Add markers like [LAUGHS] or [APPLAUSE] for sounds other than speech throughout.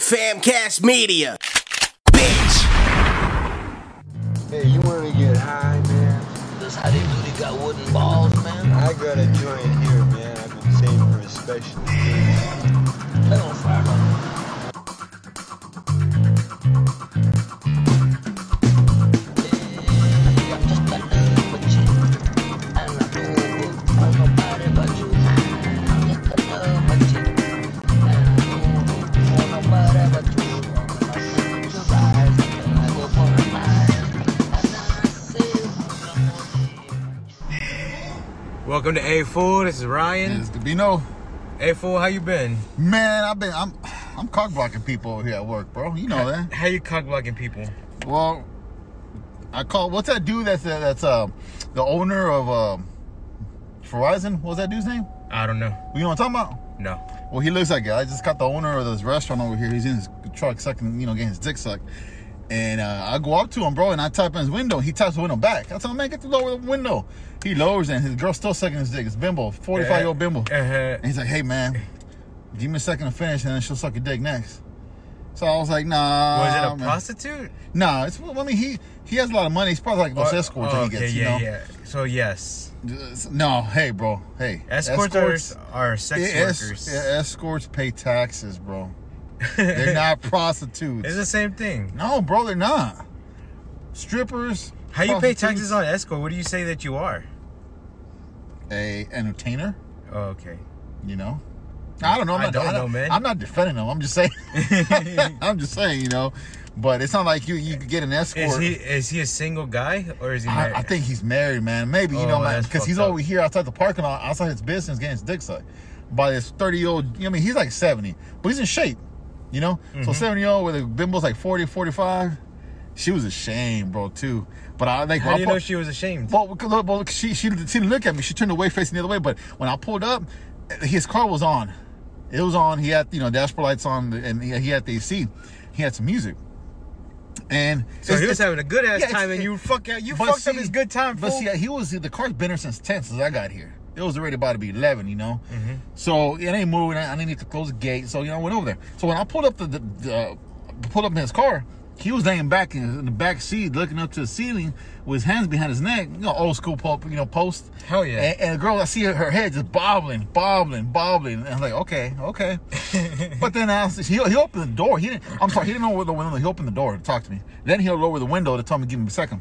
Famcast Media. Bitch. Hey, you wanna get high, man? Does Howdy Doody got wooden balls, man? I got a joint here, man. I've been saving for a special occasion. They don't fire no. Welcome to A4. This is Ryan. It's the Bino. A4, how you been? Man, I've been I'm I'm cock blocking people over here at work, bro. You know that. How you cock blocking people? Well, I call what's that dude that's that's uh the owner of um Verizon? What was that dude's name? I don't know. You know what I'm talking No. about? Well, he looks like it. I just got the owner of this restaurant over here. He's in his truck sucking, you know, getting his dick sucked. And uh, I go up to him, bro, and I tap on his window. He taps the window back. I tell him, man, get the lower the window. He lowers it, and his girl's still sucking his dick. It's bimbo, 45 year old bimbo. Uh-huh. And he's like, hey man, give me a second to finish and then she'll suck your dick next. So I was like, nah. Was it a man. prostitute? Nah, it's well, I mean he he has a lot of money. He's probably like those Or- escorts oh, that he okay, gets, yeah, you know. yeah. So yes, Just- No, hey bro, hey. escorts, are, are sex yeah, es- workers. yeah, escorts pay [LAUGHS] taxes, bro. They're not prostitutes. It's the same thing. No, bro, they're not. Strippers. How you pay prostitutes, taxes on escort? What do you say that you are? a entertainer? Oh, okay. You know? I don't know. I'm I not, don't I know, man. I'm not defending them. I'm just [LAUGHS] saying. [LAUGHS] I'm just saying, you know. But it's not like you you could get an escort. Is he is he a single guy or is he married? I, I think he's married, man. Maybe you Oh, know, man, that's because he's fucked up. over here outside the parking lot, outside his business, getting his dick sucked by this thirty-year-old. I mean, he's like seventy, but he's in shape, you know. Mm-hmm. So seventy-year-old with a bimbo's like 40, 45. She was ashamed, bro, too. But I like. How I do you pu- know she was ashamed? well, because- well, because she, she she didn't look at me. She turned away, facing the other way. But when I pulled up, his car was on. It was on. He had you know dashboard lights on, and he he had the AC. He had some music. And so it's- he was it's- having a good ass yeah, it's- time, and it- you fuck out. You but fucked up see- his good time. But fool. see, he was the car's been here since ten since I got here. It was already about to be eleven, you know. Mm-hmm. So it ain't moving. I, I didn't need to close the gate, so you know I went over there. So when I pulled up the, the, the uh, pulled up in his car, he was laying back in, in the back seat, looking up to the ceiling with his hands behind his neck, you know, old school pulp, you know, post. Hell yeah. And, and the girl, I see her, her head just bobbling, bobbling, bobbling, and I'm like, okay, [LAUGHS] okay. But then I was, he, he opened the door. He didn't. I'm sorry. He didn't lower the window. He opened the door to talk to me. Then he'll lower the window to tell me give him a second.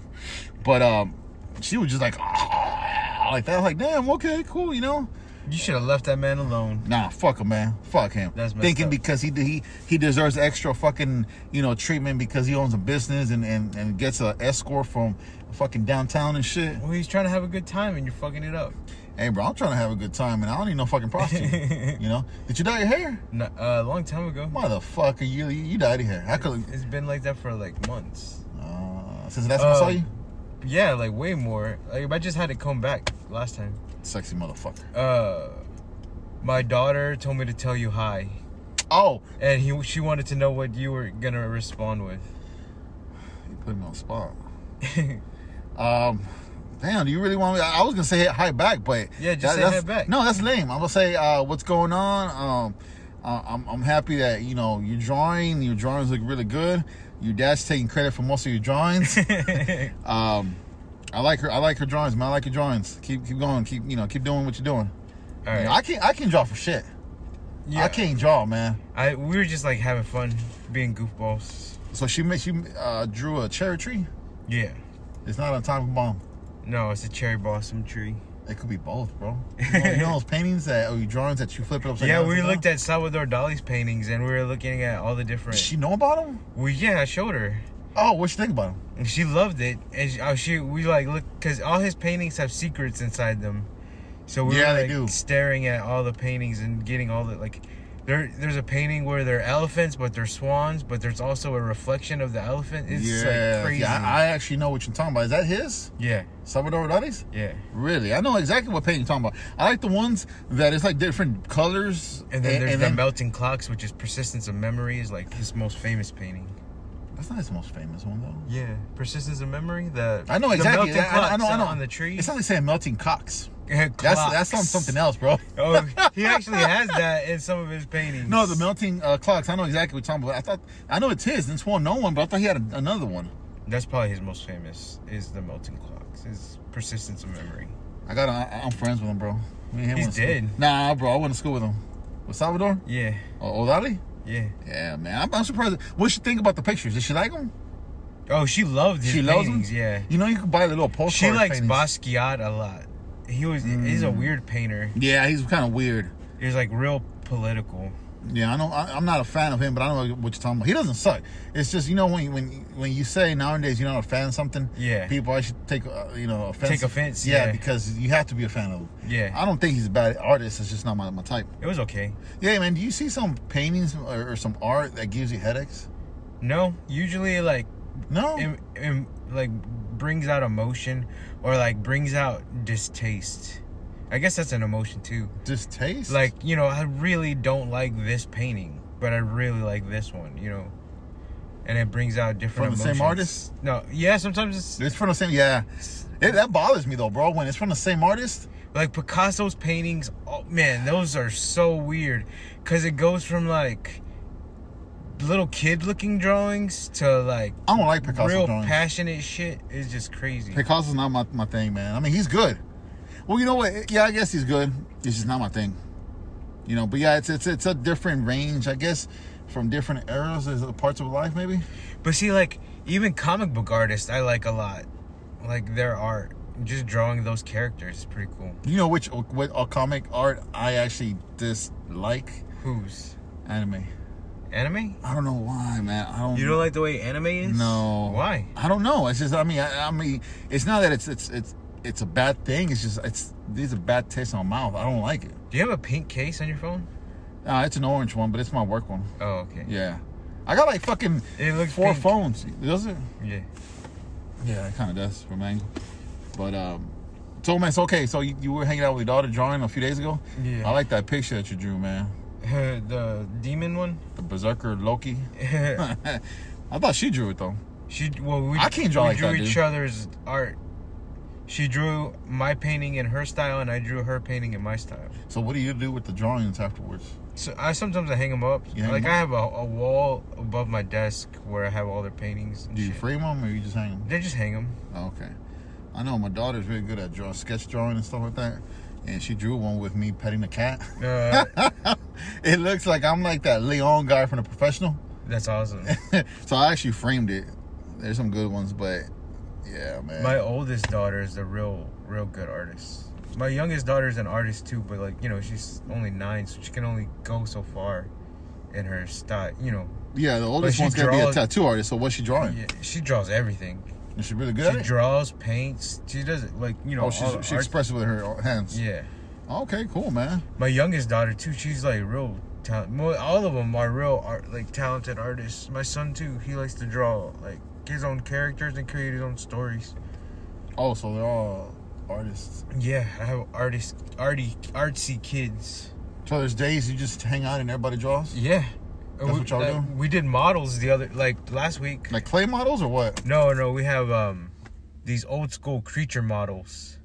But um, she was just like "Ah," like that. I was like, damn, okay, cool, you know. you should have left that man alone. Nah, fuck him, man. Fuck him. That's messed Thinking up. because he he he deserves extra fucking you know treatment because he owns a business and and and gets a escort from fucking downtown and shit. Well, he's trying to have a good time, and you're fucking it up. Hey, bro, I'm trying to have a good time and I don't need no [LAUGHS] fucking prostitute. you know? Did you dye your hair? No, uh, a long time ago. Motherfucker, you you, you dyed your hair. I could It's been like that for like months. uh, since the last time I saw Um, you. Yeah, like way more. Like I just had it come back last time. Sexy motherfucker. Uh, my daughter told me to tell you hi, Oh, and he she wanted to know what you were gonna respond with. [LAUGHS] You put me on the spot. um, damn, do you really want me? I I was gonna say hi back, but Yeah, just say that's- hi back. No, that's lame. I'm gonna say uh, what's going on. Um, uh, I'm, I'm happy that you know you're drawing. Your drawings look really good. Your dad's taking credit for most of your [LAUGHS] drawings. um, I like her. I like her drawings, man. I like your drawings. Keep keep going. Keep you know keep doing what you're doing. All You right. know, I can not I can draw for shit. yeah, I can't draw, man. I we were just like having fun, being goofballs. So she ma- she uh, drew a cherry tree. Yeah. It's not a time bomb. No, it's a cherry blossom tree. It could be both, bro. You know, [LAUGHS] you know those paintings that or drawings that you flip it upside yeah, down. we upside looked down? at Salvador Dali's paintings, and we were looking at all the different. Did she know about them? we yeah, I showed her. Oh, what you think about them? And she loved it, and she, oh, she we like look because all his paintings have secrets inside them. So we Yeah, were they like do. staring at all the paintings and getting all the like. There, there's a painting where they're elephants, but they're swans, but there's also a reflection of the elephant. It's like crazy. yeah. I, I actually know what you're talking about. Is that his yeah, Salvador Dali's? yeah. Really, I know exactly what painting you're talking about. I like the ones that it's like different colors. And then there's and the melting clocks, which is persistence of memory, is like his most famous painting. That's not his most famous one though. Yeah, persistence of memory. The I know the exactly. melting I, I- I know. I clocks know. on the tree. It's not like saying melting cocks. That's Clocks. that's on something else, bro. Oh, he actually has that in some of his paintings. [LAUGHS] No, the melting uh, clocks. I know exactly what you're talking about. I thought I know it's his. and It's one known one, but I thought he had a, another one. That's probably his most famous. Is the melting clocks. Is persistence of memory. I got. I, I'm friends with him, bro. Me and He's him went to school. dead. Nah, bro. I went to school with him. With Salvador? Yeah, Oh, Olali? yeah. Yeah, man. I'm, I'm surprised. What she think about the pictures? Did she like them? Oh, she loved his she loves them. paintings. Yeah, You know, you could buy the little postcard. she likes paintings. Basquiat a lot. He was. He's Mm. a weird painter. Yeah, he's kind of weird. He's like real political. Yeah, I know. I, I'm not a fan of him, but I know what you're talking about. He doesn't suck. It's just you know when when when you say nowadays you're not a fan of something. Yeah. People actually take uh, you know offense. Take offense, yeah. because you have to be a fan of him. Yeah. I don't think he's a bad artist. It's just not my, my type. It was okay. Yeah, man. Do you see some paintings or, or some art that gives you headaches? No, usually like No. im im like brings out emotion or like brings out distaste. I guess that's an emotion too. Distaste. Like you know, I really don't like this painting, but I really like this one. You know, and it brings out different From the same emotions. artist? No, yeah, sometimes it's it's from the same. Yeah. It, that bothers me though, bro. When it's from the same artist. like Picasso's paintings. Oh man, those are so weird because it goes from like little kid looking drawings to like I don't like Picasso real drawings. passionate shit. It's just crazy. Picasso's not my, my thing, man. I mean, he's good. Well, you know what? Yeah, I guess he's good. It's just not my thing. You know, but yeah, it's it's it's a different range, I guess, from different eras, is it parts of life, maybe. But see, like even comic book artists, I like a lot. Like their art, just drawing those characters is pretty cool. You know which what uh, comic art I actually dislike Who's anime. anime? I don't know why, man. I don't. You don't like the way anime is? No. Why? I don't know. It's just I mean I, I mean it's not that it's it's it's it's a bad thing. It's just it's these are bad taste in my mouth. I don't like it. Do you have a pink case on your phone? Uh, it's an orange one, but it's my work one. Oh, okay. Yeah. I got like fucking It looks four pink. phones. Does it? Yeah. [LAUGHS] Yeah, it kind of does from angle. But um, so man, so okay, so you, you were hanging out with your daughter drawing a few days ago. Yeah. I like that picture that you drew, man. the demon [LAUGHS] one. [LAUGHS] The berserker Loki. I thought she drew it though. She well, we, I can't draw we like drew that, dude. each other's art. She drew my painting in her style, and I drew her painting in my style. So what do you do with the drawings afterwards? So I sometimes I hang them up. You hang like 'em I have a, a wall above my desk where I have all their paintings. And Do you shit. frame them or you just hang them? They just hang them. Okay. I know my daughter's really good at draw sketch drawing and stuff like that. And she drew one with me petting a cat. [LAUGHS] Uh, it looks like I'm like that Leon guy from the professional. [LAUGHS] that's awesome. so I actually framed it. There's some good ones, but yeah, man. My oldest daughter is a real, real good artist. My youngest daughter is an artist too, but like you know, she's only nine, so she can only go so far in her style. You know, yeah, the oldest she one's gonna be a draws- tattoo artist. So what's she drawing? yeah, she draws everything. Is she really good? She at it? draws, paints. She does it like you know. oh, all the she's, she art- expresses with her hands. Yeah, Okay, cool, man. my youngest daughter too. She's like real talent. Well, all of them are real art, like talented artists. My son too. He likes to draw like his own characters and create his own stories. Oh, so they're all artists. Yeah, I have artist, arty, artsy kids. So there's days you just hang out and everybody draws, Yeah. we, what y'all like, do? we did models the other like last week. like clay models or what? No, no, we have um these old school creature models.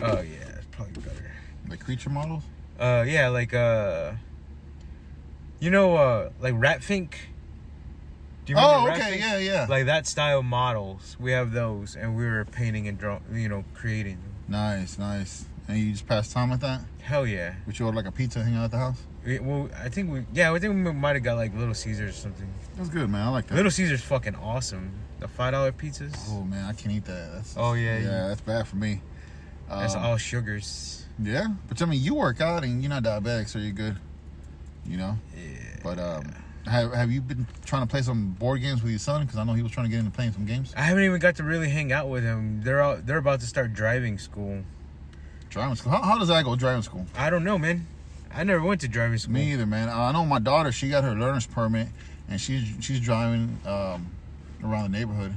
Oh yeah, that's probably better. Like creature models. Uh yeah, like uh you know uh like Ratfink? Do Oh, Ratfink? okay, yeah, yeah. Like that style models. We have those and we were painting and drawing, you know, creating. nice, nice. And you just pass time with that? Hell yeah. Would you order like a pizza, hang out at the house? We, well, I think we yeah, I think we might have got like Little Caesars or something. That's good, man. I like that. Little Caesars fucking awesome. The $5 pizzas. oh man, I can't eat that. That's, Oh, yeah, yeah, you- that's bad for me. That's Um, all sugars. Yeah, but I mean, you work out and you're not diabetic, so you're good. You know. Yeah. But um, have have you been trying to play some board games with your son? Because I know he was trying to get into playing some games. I haven't even got to really hang out with him. They're out, they're about to start driving school. Driving school. How, how does that go? Driving school. I don't know, man. I never went to driving school. Me either, man. I know my daughter. She got her learner's permit, and she's she's driving um, around the neighborhood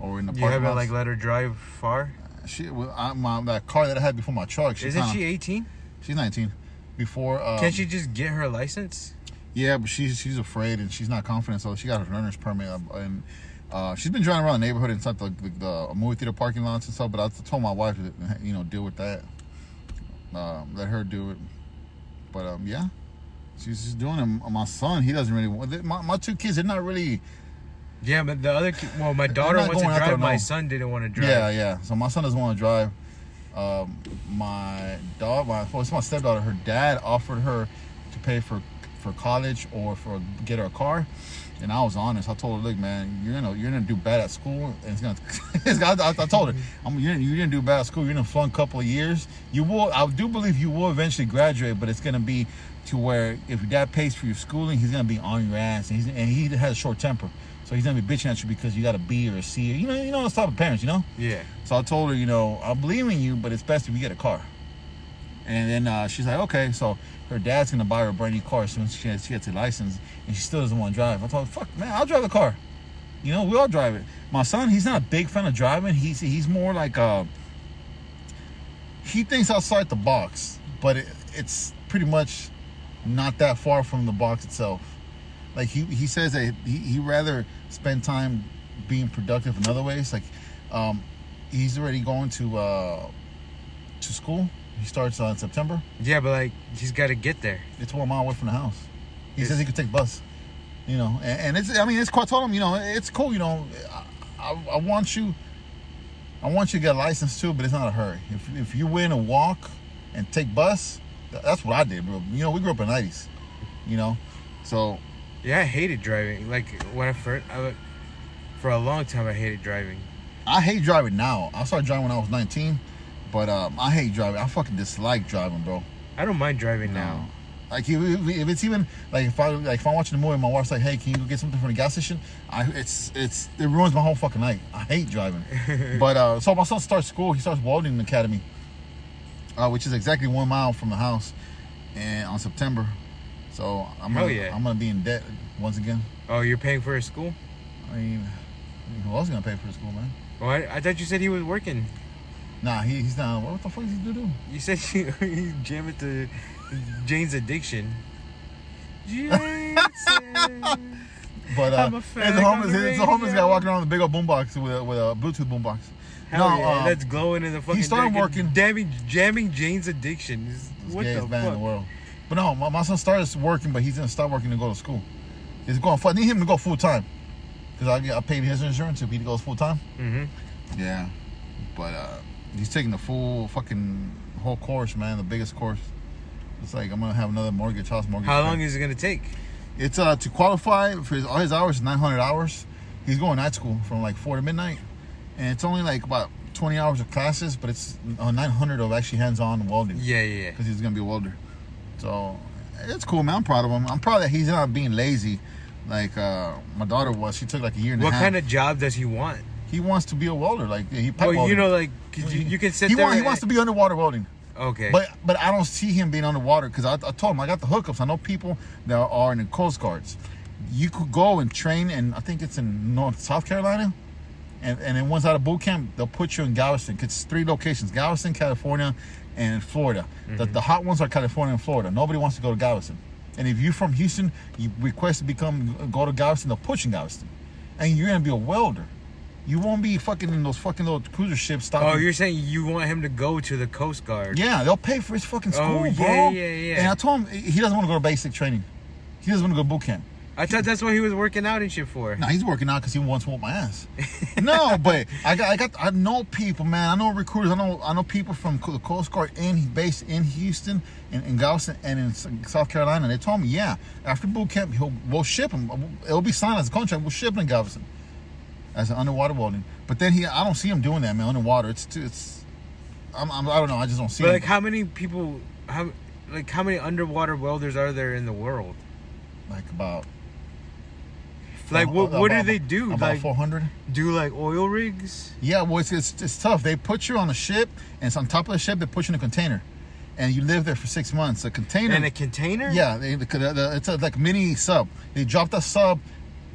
or in the you parking haven't lot. like let her drive far. she, well, I, my, that car that I had before my truck. She Isn't kinda- she 18? She's 19. Before. Um, Can't she just get her license? Yeah, but she's she's afraid and she's not confident, so she got her learner's permit uh, and. Uh, she's been driving around the neighborhood inside the, the, the movie theater parking lots and stuff, but I told my wife, to, you know, deal with that. Um, let her do it. But um, yeah, she's just doing it. My son, he doesn't really. want- My, my two kids, they're not really. Yeah, but the other ki- well, my daughter not wants to going out drive. there, My no. son didn't want to drive. Yeah, yeah. So my son doesn't want to drive. Um, my dog, my well, it's my stepdaughter. Her dad offered her to pay for for college or for get her a car, and I was honest. I told her, look, man, you're gonna you're gonna do bad at school, and it's gonna. [LAUGHS] it's gonna I, I told her, I'm you're, you're gonna do bad at school. You're gonna flunk a couple of years. You will. I do believe you will eventually graduate, but it's gonna be to where if your dad pays for your schooling, he's gonna be on your ass, and, he's, and he has a short temper. So he's gonna be bitching at you because you got a B or a C or you know you know those type of parents you know yeah. so I told her, you know, I believe in you, but it's best if you get a car. And then uh, she's like, okay. So her dad's gonna buy her a brand new car as soon as she has, she gets a license, and she still doesn't want to drive. I told her, fuck, man, I'll drive the car. You know, we all drive it. My son, he's not a big fan of driving. He's he's more like uh, he thinks outside the box, but it, it's pretty much not that far from the box itself. Like he, he says that he he rather spend time being productive in other ways. Like um, he's already going to uh, to school. He starts on September. Yeah, but like he's got to get there. It's one mile away from the house. He Yes. says he could take bus. You know, and, and it's I mean it's cool. I told him you know it's cool. You know, I, I, I want you, I want you to get a license too, but it's not a hurry. If if you're willing to walk and take bus, th- that's what I did, bro. You know, we grew up in the '90s. You know, so Yeah, I hated driving. Like when I first, I, would- for a long time, I hated driving. I hate driving now. I started driving when I was 19, but um, I hate driving. I fucking dislike driving, bro. I don't mind driving now. Like if, if- if it's even like if I like if I'm watching a movie, and my wife's like, "Hey, can you go get something from the gas station?" I it's it's it ruins my whole fucking night. I hate [LAUGHS] driving. but uh, so my son starts school. He starts welding academy, uh, which is exactly one mile from the house, and on September. So I'm Hell gonna, yeah. I'm gonna be in debt once again. Oh, you're paying for his school? I mean, who else is gonna pay for the school, man? Oh, I, I thought you said he was working. Nah, he, he's not. What the fuck is he gonna do? You said [LAUGHS] you, you jam it to Jane's Addiction. [LAUGHS] Jason. But uh, I'm a it's fag a on homeless, the it's a homeless guy radio. walking around with a big old boombox with a, with a Bluetooth boombox. Hell yeah, um, that's glowing in the fucking. started dark and working- Jamming, jamming Jane's Addiction. It's- It's What gayest the band in the fuck? world. But no, my, my son started working, but he's gonna stop working to go to school. He's going. I need him to go full time, cause I, get- I paid his insurance if he goes full time. Mm-hmm. Yeah, but uh, he's taking the full fucking whole course, man, the biggest course. It's like I'm gonna have another mortgage, house mortgage. How man. long is it gonna take? It's uh to qualify for his, all his hours, 900 hours. He's going night school from like four to midnight, and it's only like about 20 hours of classes, but it's uh, 900 of actually hands-on welding Yeah, yeah, yeah. because he's gonna be a welder. So it's cool, man. I'm proud of him. I'm proud that he's not being lazy, like uh, my daughter was. She took like a year and What a half. kind of job does he want? He wants to be a welder, like he pipe Well, you welding. know, like 'cause you, you can sit he, there. wa- he and- wants to be underwater welding. Okay. But but I don't see him being underwater because I, I told him I got the hookups. I know people that are in the Coast Guards. You could go and train, and I think it's in North South Carolina. And, and then once out of boot camp, they'll put you in Galveston. 'cause It's three locations: Galveston, California, and Florida. The, Mm-hmm. the hot ones are California and Florida. Nobody wants to go to Galveston. And if you're from Houston, you request to become go to Galveston. They'll put you in Galveston, and you're gonna be a welder. You won't be fucking in those fucking little cruiser ships. Stopping oh, you're saying you want him to go to the Coast Guard? um, yeah, they'll pay for his fucking school, Oh, yeah, bro. yeah, yeah. And I told him he doesn't want to go to basic training. He doesn't want to go to boot camp. I thought that's what he was working out and shit for. Now he's working out because he wants to whoop [LAUGHS] my ass. no, but I got, I got, I know people, man. I know recruiters. I know, I know people from Co- the Coast Guard in based in Houston, in, in Galveston, and in S- South Carolina. They told me, yeah, after boot camp, he'll, we'll ship him. It'll be signed as a contract. We'll ship him in Galveston as an underwater welding. But then he, I don't see him doing that, man. Underwater, it's, too, it's, I'm, I'm, I don't know. I just don't see But him. like, how many people? How like how many underwater welders are there in the world? like about Like, what About- what do about- they do? About Like, 400. do like oil rigs? Yeah, well, it's, it's it's tough. They put you on a ship, and it's on top of the ship. They put you in a container, and you live there for six months. A container. In a container? yeah, they, the, the, the- it's a, like mini sub. They drop the sub,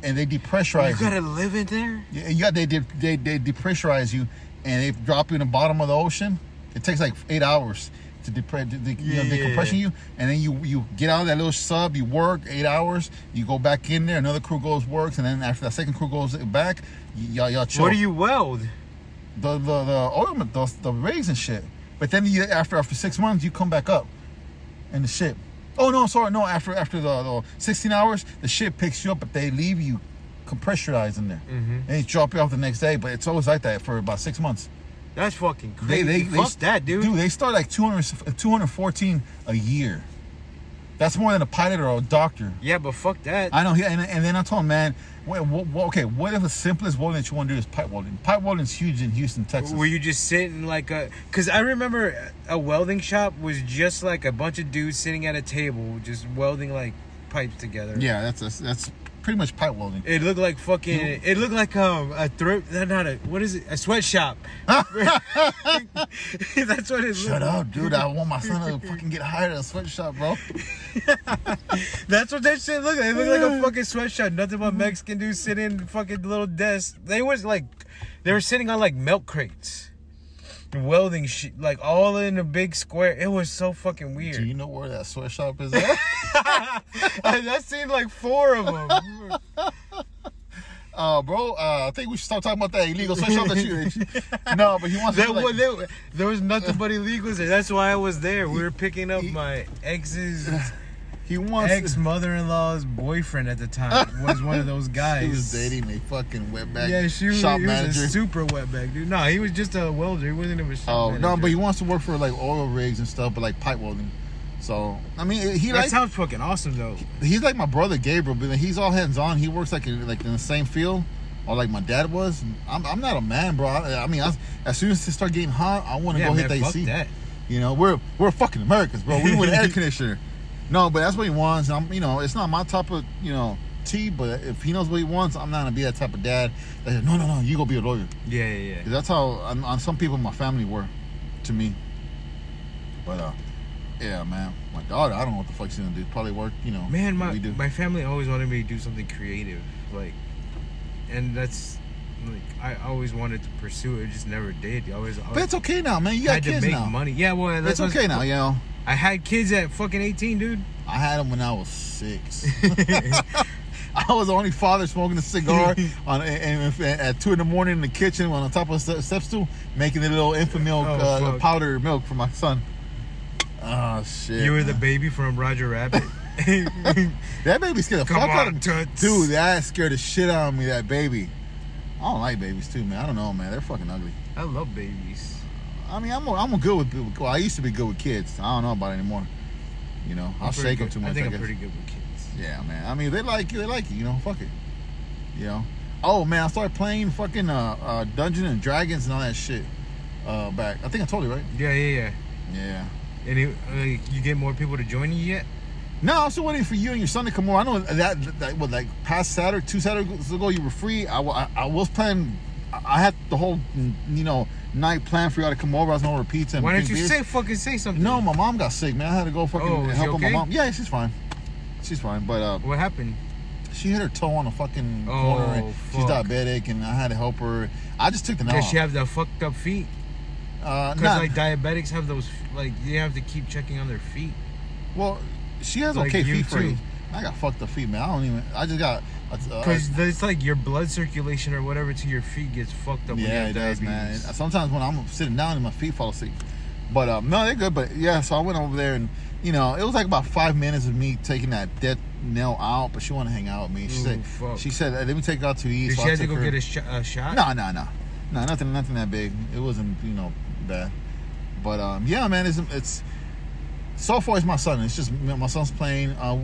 and they depressurize You you. gotta live in there. Yeah, yeah, they de- they they depressurize you, and they drop you in the bottom of the ocean. It takes like eight hours to depre- de- de- you know, Yeah. decompression you, and then you you get out of that little sub, you work eight hours, you go back in there, another crew goes works, and then after that second crew goes back, y- y'all y'all chill. What do you weld? the the the oil the, the rigs and shit. But then you after after six months you come back up, and the ship. Oh no, sorry, no. After after the, the sixteen hours, the ship picks you up, but they leave you compressurized in there, mm-hmm. and they drop you off the next day. But it's always like that for about six months. That's fucking crazy. They they, they Fuck that, dude. Dude, they start like 200, 214 a year. That's more than a pilot or a doctor. Yeah, but fuck that. I know. he- And, and then I told him, man, wha- wha- wha- okay, what if the simplest welding that you want to do is pipe welding? Pipe welding's huge in Houston, Texas. Where you just sit in like a? Cause I remember a welding shop was just like a bunch of dudes sitting at a table just welding like pipes together. Yeah, that's that's, that's pretty much pipe welding. It looked like fucking. It looked like um a thrift. Not a. What is it? A [LAUGHS] sweatshop. [LAUGHS] That's what it. Shut looked- up, dude! I want my son to fucking get hired at a sweatshop, bro. That's what that shit looked like. It looked like a fucking sweatshop. Nothing Mm-hmm. but Mexican dudes sitting in fucking little desks. They was like, they were sitting on like milk crates, welding shit, like all in a big square. It was so fucking Do weird. you know where that sweatshop [LAUGHS] is at? I, [LAUGHS] I seen like four of [LAUGHS] them. uh, bro, uh, I think we should stop talking about that illegal sweatshop that [LAUGHS] you. that you- no, but he wants That to. Like, was, that, there was nothing but illegals there. That's why I was there. We were picking up He- my [LAUGHS] ex's he wants. ex mother in law's boyfriend at the time. Was one of those guys. [LAUGHS] he was dating a fucking wetback Yeah, she was, shop he was a manager. super wetback, dude. No, he was just a welder. He wasn't even a shop oh no, manager. but he wants to work for like oil rigs and stuff, but like pipe welding. So I mean, he That likes sounds fucking awesome, though. he's like my brother Gabriel, but he's all hands on. He works like in, like in the same field, or like my dad was. I'm, I'm not a man, bro. I, I mean, I, as soon as they start getting hot, I want to Yeah, go man, hit the fuck AC. that. You know, we're we're fucking Americans, bro. We want an [LAUGHS] air conditioner. No, but that's what he wants. I'm, you know, it's not my type of you know tea, but if he knows what he wants, I'm not gonna be that type of dad. That says, no, no, no, you go be a lawyer. Yeah, yeah, 'Cause that's how on, on some people in my family were, to me. But uh, yeah, man, my daughter, I don't know what the fuck she's gonna do. Probably work, you know. Man, what my my family always wanted me to do something creative, like, and that's like I always wanted to pursue it. Just never did. I always, But always it's okay now, man. You got had to kids make now. money. Yeah, well, It's that's what's- okay now, you know. I had kids at fucking eighteen, dude. I had them when I [LAUGHS] was six. [LAUGHS] I was the only father smoking a cigar [LAUGHS] on and, and- at two in the morning in the kitchen on top of a step, step stool, making the little infant milk Oh, uh, fuck. powdered milk for my son. Oh shit! you were the man. baby from Roger [LAUGHS] Rabbit. [LAUGHS] that baby scared the Come fuck out on, of toots. dude. That scared the shit out of me. That baby. I don't like babies too, man. I don't know, man. They're fucking ugly. I love babies. I mean, I'm a, I'm a good with. Well, I used to be good with kids. I don't know about it anymore. You know, I'll I'm pretty shake them good- too much. I think I am guess. pretty good with kids. Yeah, man. I mean, they like you. They like you. You know, fuck it. You know. Oh man, I started playing fucking uh, uh Dungeon and Dragons and all that shit. Uh, back. I think I told you right. Yeah, yeah, Yeah. yeah. And it, uh, you get more people to join you yet? No, I'm still waiting for you and your son to come over. I know that that what like past Saturday, two Saturdays ago, you were free. I, wa- I, I was planning. I I had the whole mm, you know night planned for y'all to come over. I was gonna order pizza. And Why don't drink you beers. say fucking say something? No, my mom got sick, man. I had to go fucking Oh, is she help out my okay? mom. Yeah, she's fine. She's fine, but uh, What happened? she hit her toe on a fucking Oh, corner. And she's fuck. diabetic, and I had to help her. I just took the Does Does she have the fucked up feet? uh, Because not, like diabetics have those like they have to keep checking on their feet. well, she has like okay you feet for too. you. I got fucked up feet, man. I don't even. I just got. Uh, Because it's like your blood circulation or whatever to your feet gets fucked up. when yeah, it you have does, man. diabetes. Sometimes when I'm sitting down and my feet fall asleep. But um, no, they're good. But yeah, so I went over there and you know it was like about five minutes of me taking that death nail out, but she wanted to hang out with me. She Ooh, said, fuck. she said, let me take her out to eat. Did so she I have to took go her. get a, sh- a shot? No, no, no, no, nothing, nothing that big. It wasn't, you know, bad. But um, yeah, man, it's, it's so far it's my son. It's just you know, my son's playing. Uh,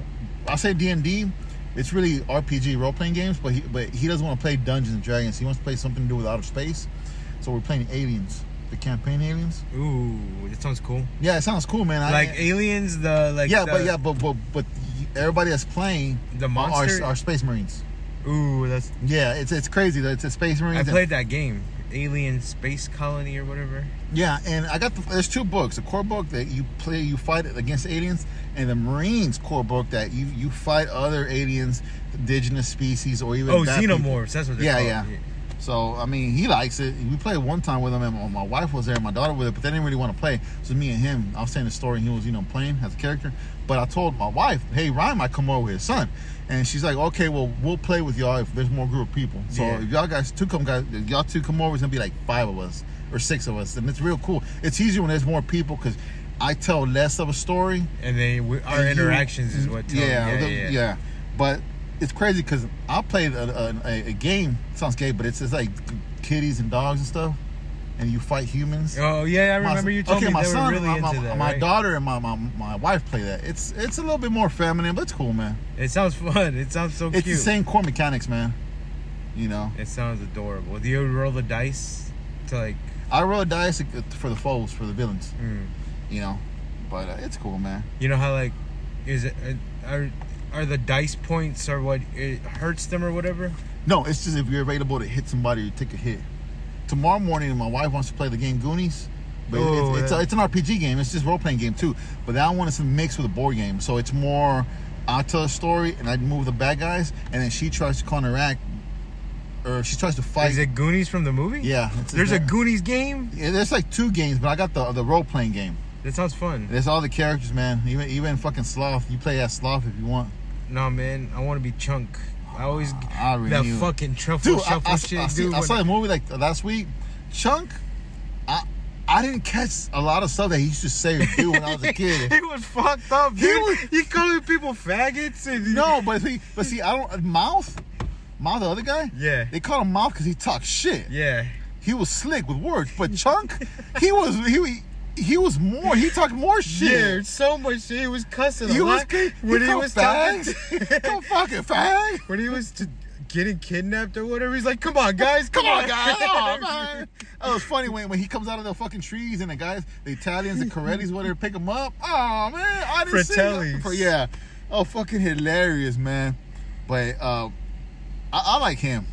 I say D and D. It's really RPG role playing games, but he, but he doesn't want to play Dungeons and Dragons. He wants to play something to do with outer space. So we're playing Aliens, the campaign Aliens. Ooh, that sounds cool. Yeah, it sounds cool, man. I- like aliens, the like yeah, the, but yeah, but but but everybody that's playing The are- monster- are, are space marines. Ooh, that's Yeah, it's it's crazy. that It's a space marines. I and- played that game, Alien Space Colony or whatever. Yeah, and I got the, there's two books: the core book that you play, you fight against aliens, and the Marines core book that you you fight other aliens, indigenous species, or even Oh, bad people. xenomorphs. That's what they're Yeah, called. yeah. So I mean, he likes it. We played one time with him, and my- my wife was there, and my daughter was there, but they didn't really want to play. So me and him, I was saying the story, and he was, you know, playing as a character. But I told my wife, "Hey, Ryan might come over with his son," and she's like, "Okay, well, we'll play with y'all if there's more group of people. So Yeah. if y'all guys two come, guys, if y'all two come over, it's gonna be like five of us or six of us, and it's real cool. It's easier when there's more people because I tell less of a story, and they we, our and you- Mm, interactions is what. Tell yeah, yeah, the- yeah, yeah. But it's crazy because I played a, a, a, a game. Sounds gay, but it's just like kitties and dogs and stuff, and you fight humans. Oh yeah, I remember you told okay, me my they son, were really my, my- into that. my right? daughter and my, my my wife play that. It's it's a little bit more feminine, but it's cool, man. It sounds fun. It sounds so It's cute. the same core mechanics, man. You know, It sounds adorable. Do you roll the dice to like? I roll dice uh, for the foes, for the villains. Mm, You know, but uh, it's cool, man. you know how like is it uh, are are the dice points or what it hurts them or whatever? No, it's just if you're available to hit somebody or take a hit. Tomorrow morning, my wife wants to play the game Goonies. But it- Oh, it's, it's, yeah. it's an RPG game. It's just role playing game too. But that one is mixed with a board game, so it's more. I tell a story and I move the bad guys, and then she tries to counteract, or she tries to fight. Is it Goonies from the movie? yeah, it's- There's a Goonies game. Yeah, there's like two games, but I got the the role playing game. That sounds fun. There's all the characters, man. Even even fucking sloth. You play as sloth if you want. Nah, man, I want to be Chunk. I always I really that fucking truffle dude, I, shuffle I, shit, I, see- dude. I saw when- the movie like last week. Chunk, I I didn't catch a lot of stuff that he used to say or do when I was a [LAUGHS] kid. [LAUGHS] he was fucked up, He dude. He, was- calling people faggots and No, but see, but see, I don't mouth, mouth the other guy. Yeah. they call him mouth because he talked shit. Yeah. he was slick with words, [LAUGHS] but Chunk, he was he he was more. He talked more shit. Yeah, so much shit. He was cussing He a was lot when when he he called was fags. [LAUGHS] talking. [LAUGHS] Come fucking fag. when he was to getting kidnapped or whatever. He's like, "Come on, guys, come [LAUGHS] on, guys!" Oh, man. That was funny when, when he comes out of the fucking trees and the guys, the Italians, the Corellis, whatever, pick him up. Oh man, I didn't see Fratellis. that. Yeah. Oh, fucking hilarious, man. But uh, I, I like him.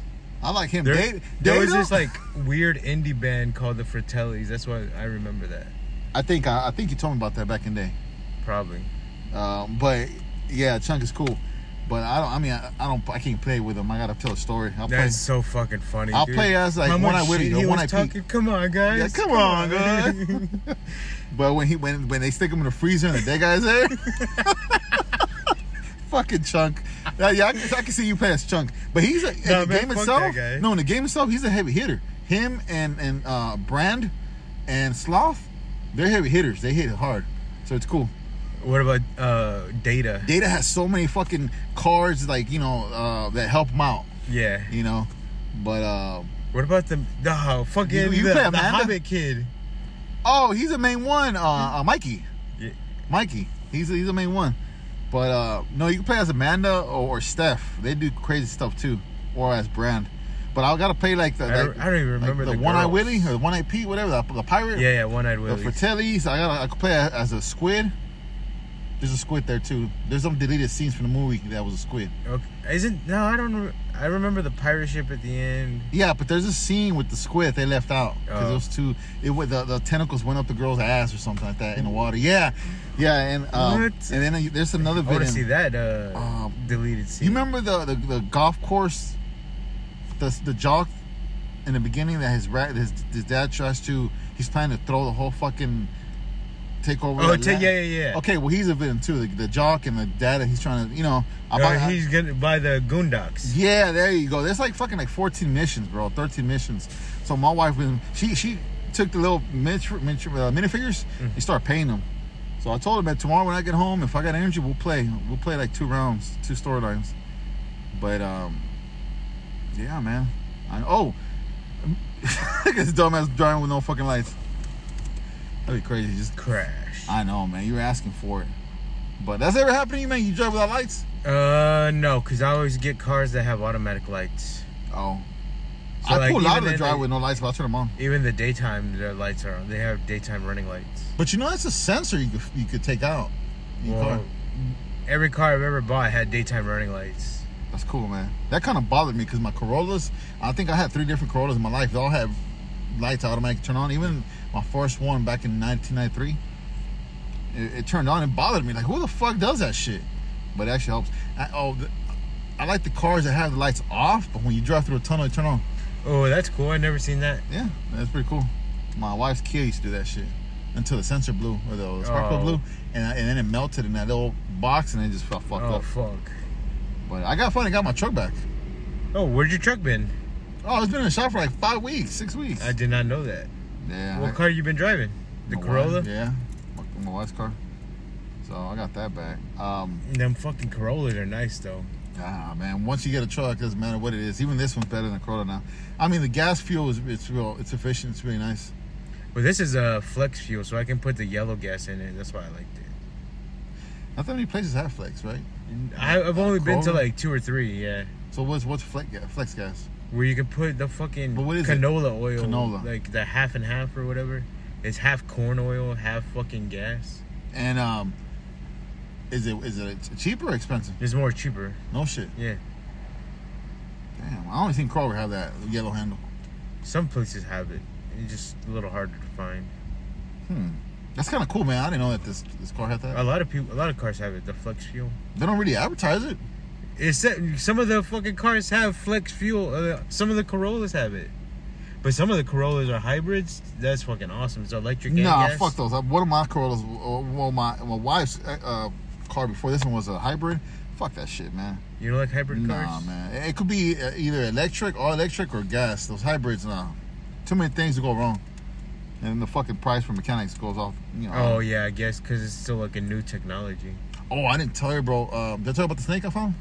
I like [LAUGHS] him. There, Data- there was Data? this like weird indie band called the Fratellis. That's why I remember that. I think I, I think you told me about that back in the day. Probably. Um, but yeah, Chunk is cool. But I don't. I mean, I, I don't. I can't play with him. I gotta tell a story. I'll play. That's so fucking funny. I'll dude. play as, like, How much One-Eyed Willie shit or he One-Eyed was Pete. talking. Come on, guys. Yeah, come on, guys. But when he when when they stick him in the freezer and the dead guy's there, [LAUGHS] fucking chunk. Yeah, yeah, I, can- I can see you pass chunk. But he's a in Nah, the man, game fuck itself. that guy. No, in the game itself, he's a heavy hitter. Him and and uh, Brand and Sloth, they're heavy hitters. They hit it hard, so it's cool. [LAUGHS] what about uh, Data? Data has so many fucking cards like you know uh, that help him out. Yeah. You know, but uh, What about the no fucking You- you the, play the Amanda? Hobbit kid? oh, he's the main one. Uh, uh, Mikey. Yeah. Mikey. He's he's the main one. But uh no, you can play as Amanda or, or Steph. They do crazy stuff too, or as Brand. But I gotta play like the I don't- like- I don't even remember like the, the one eyed girls. Willie or the one eyed Pete, whatever the, the pirate. Yeah, yeah, one eyed The Willie. Fratellis. I gotta I could play as a squid. There's a squid there too. There's some deleted scenes from the movie that was a squid. Okay. Isn't no? I don't. Re- I remember the pirate ship at the end. Yeah, but there's a scene with the squid they left out because Oh. those two, it wa- the, the tentacles went up the girl's ass or something like that in the water. Yeah, yeah, and um, What? and then uh, there's another I want video. to see that uh, Um, deleted scene. You remember the, the the golf course, the the jock in the beginning that his rat his, his dad tries to he's trying to throw the whole fucking take over. Oh, that ta- land? yeah, yeah, yeah. Okay, well he's a villain too. The, the jock and the dad that he's trying to you know. I Uh, buy- I- he's gonna by the Goondocks. yeah, there you go. There's like fucking like 14 missions, bro. 13 missions. So my wife was she she took the little minif- minif- uh, minifigures and started painting them. So I told her, man, tomorrow when I get home, if I got energy, we'll play. We'll play like two rounds, two storylines. But um, yeah, man. I, oh, [LAUGHS] look at this dumbass driving with no fucking lights. That'd be crazy. Just Crash. I know, man. You were asking for it, but that's ever happened to you, man? You drive without lights? Uh, no, cause I always get cars that have automatic lights. Oh, So, I like, pulled out even of the then, drive they- with no lights, but I turn them on. Even the daytime, their lights are on. They have daytime running lights. But you know, that's a sensor you could, you could take out. in your Well, car. every car I've ever bought had daytime running lights. That's cool, man. That kind of bothered me because my Corollas, I think I had three different Corollas in my life. They all had lights automatically turn on. Even my first one back in 1993, it, it turned on and bothered me. Like, who the fuck does that shit? But it actually helps. I, oh, the, I like the cars that have the lights off, but when you drive through a tunnel, they turn on. Oh, that's cool. I never seen that. Yeah, that's pretty cool. My wife's kid used to do that shit until the sensor blew or the sparkle Oh. blew, and, I, and then it melted in that little box and it just felt fucked Oh up. fuck. But I got funny, got my truck back. Oh, where'd your truck been? Oh, it's been in the shop for like five weeks, six weeks. I did not know that. yeah, I- What car you been driving? The my Corolla. Wife, yeah, my, my wife's car. So I got that back. Um, Them fucking Corollas are nice though. ah man, once you get a truck, it doesn't matter what it is. Even this one's better than a Corolla now. I mean, the gas fuel is it's real, it's efficient, it's really nice. But this is a flex fuel, so I can put the yellow gas in it. That's why I liked it. Not that many places have flex, right? I, I've only been to Corolla? like two or three, yeah, So what's what's flex ga- flex gas? where you can put the fucking But what is it? canola oil, Canola. like the half and half or whatever. It's half corn oil, half fucking gas. And um, is it is it cheap or expensive? It's more cheaper. No shit. Yeah, Damn, I only think Kroger have that yellow handle. some places have it. It's just a little harder to find. That's kind of cool, man. I didn't know that this this car had A that. lot of people, a lot of cars have it. The flex fuel. They don't really advertise it. It's that some of the fucking cars have flex fuel. Uh, some of the Corollas have it, but some of the Corollas are hybrids. That's fucking awesome. It's electric. and Nah, gas. fuck those. Uh, One of my Corollas, uh, well, my my wife's uh, uh, car before this one was a hybrid. Fuck that shit, man. You don't like hybrid cars? Nah, man. It- It could be uh, either electric, all electric, or gas. Those hybrids, nah. Too many things to go wrong, and the fucking price for mechanics goes off. You know. Oh yeah, I guess because it's still like a new technology. Oh, I didn't tell you, bro. Um, did I tell you about the snake I found?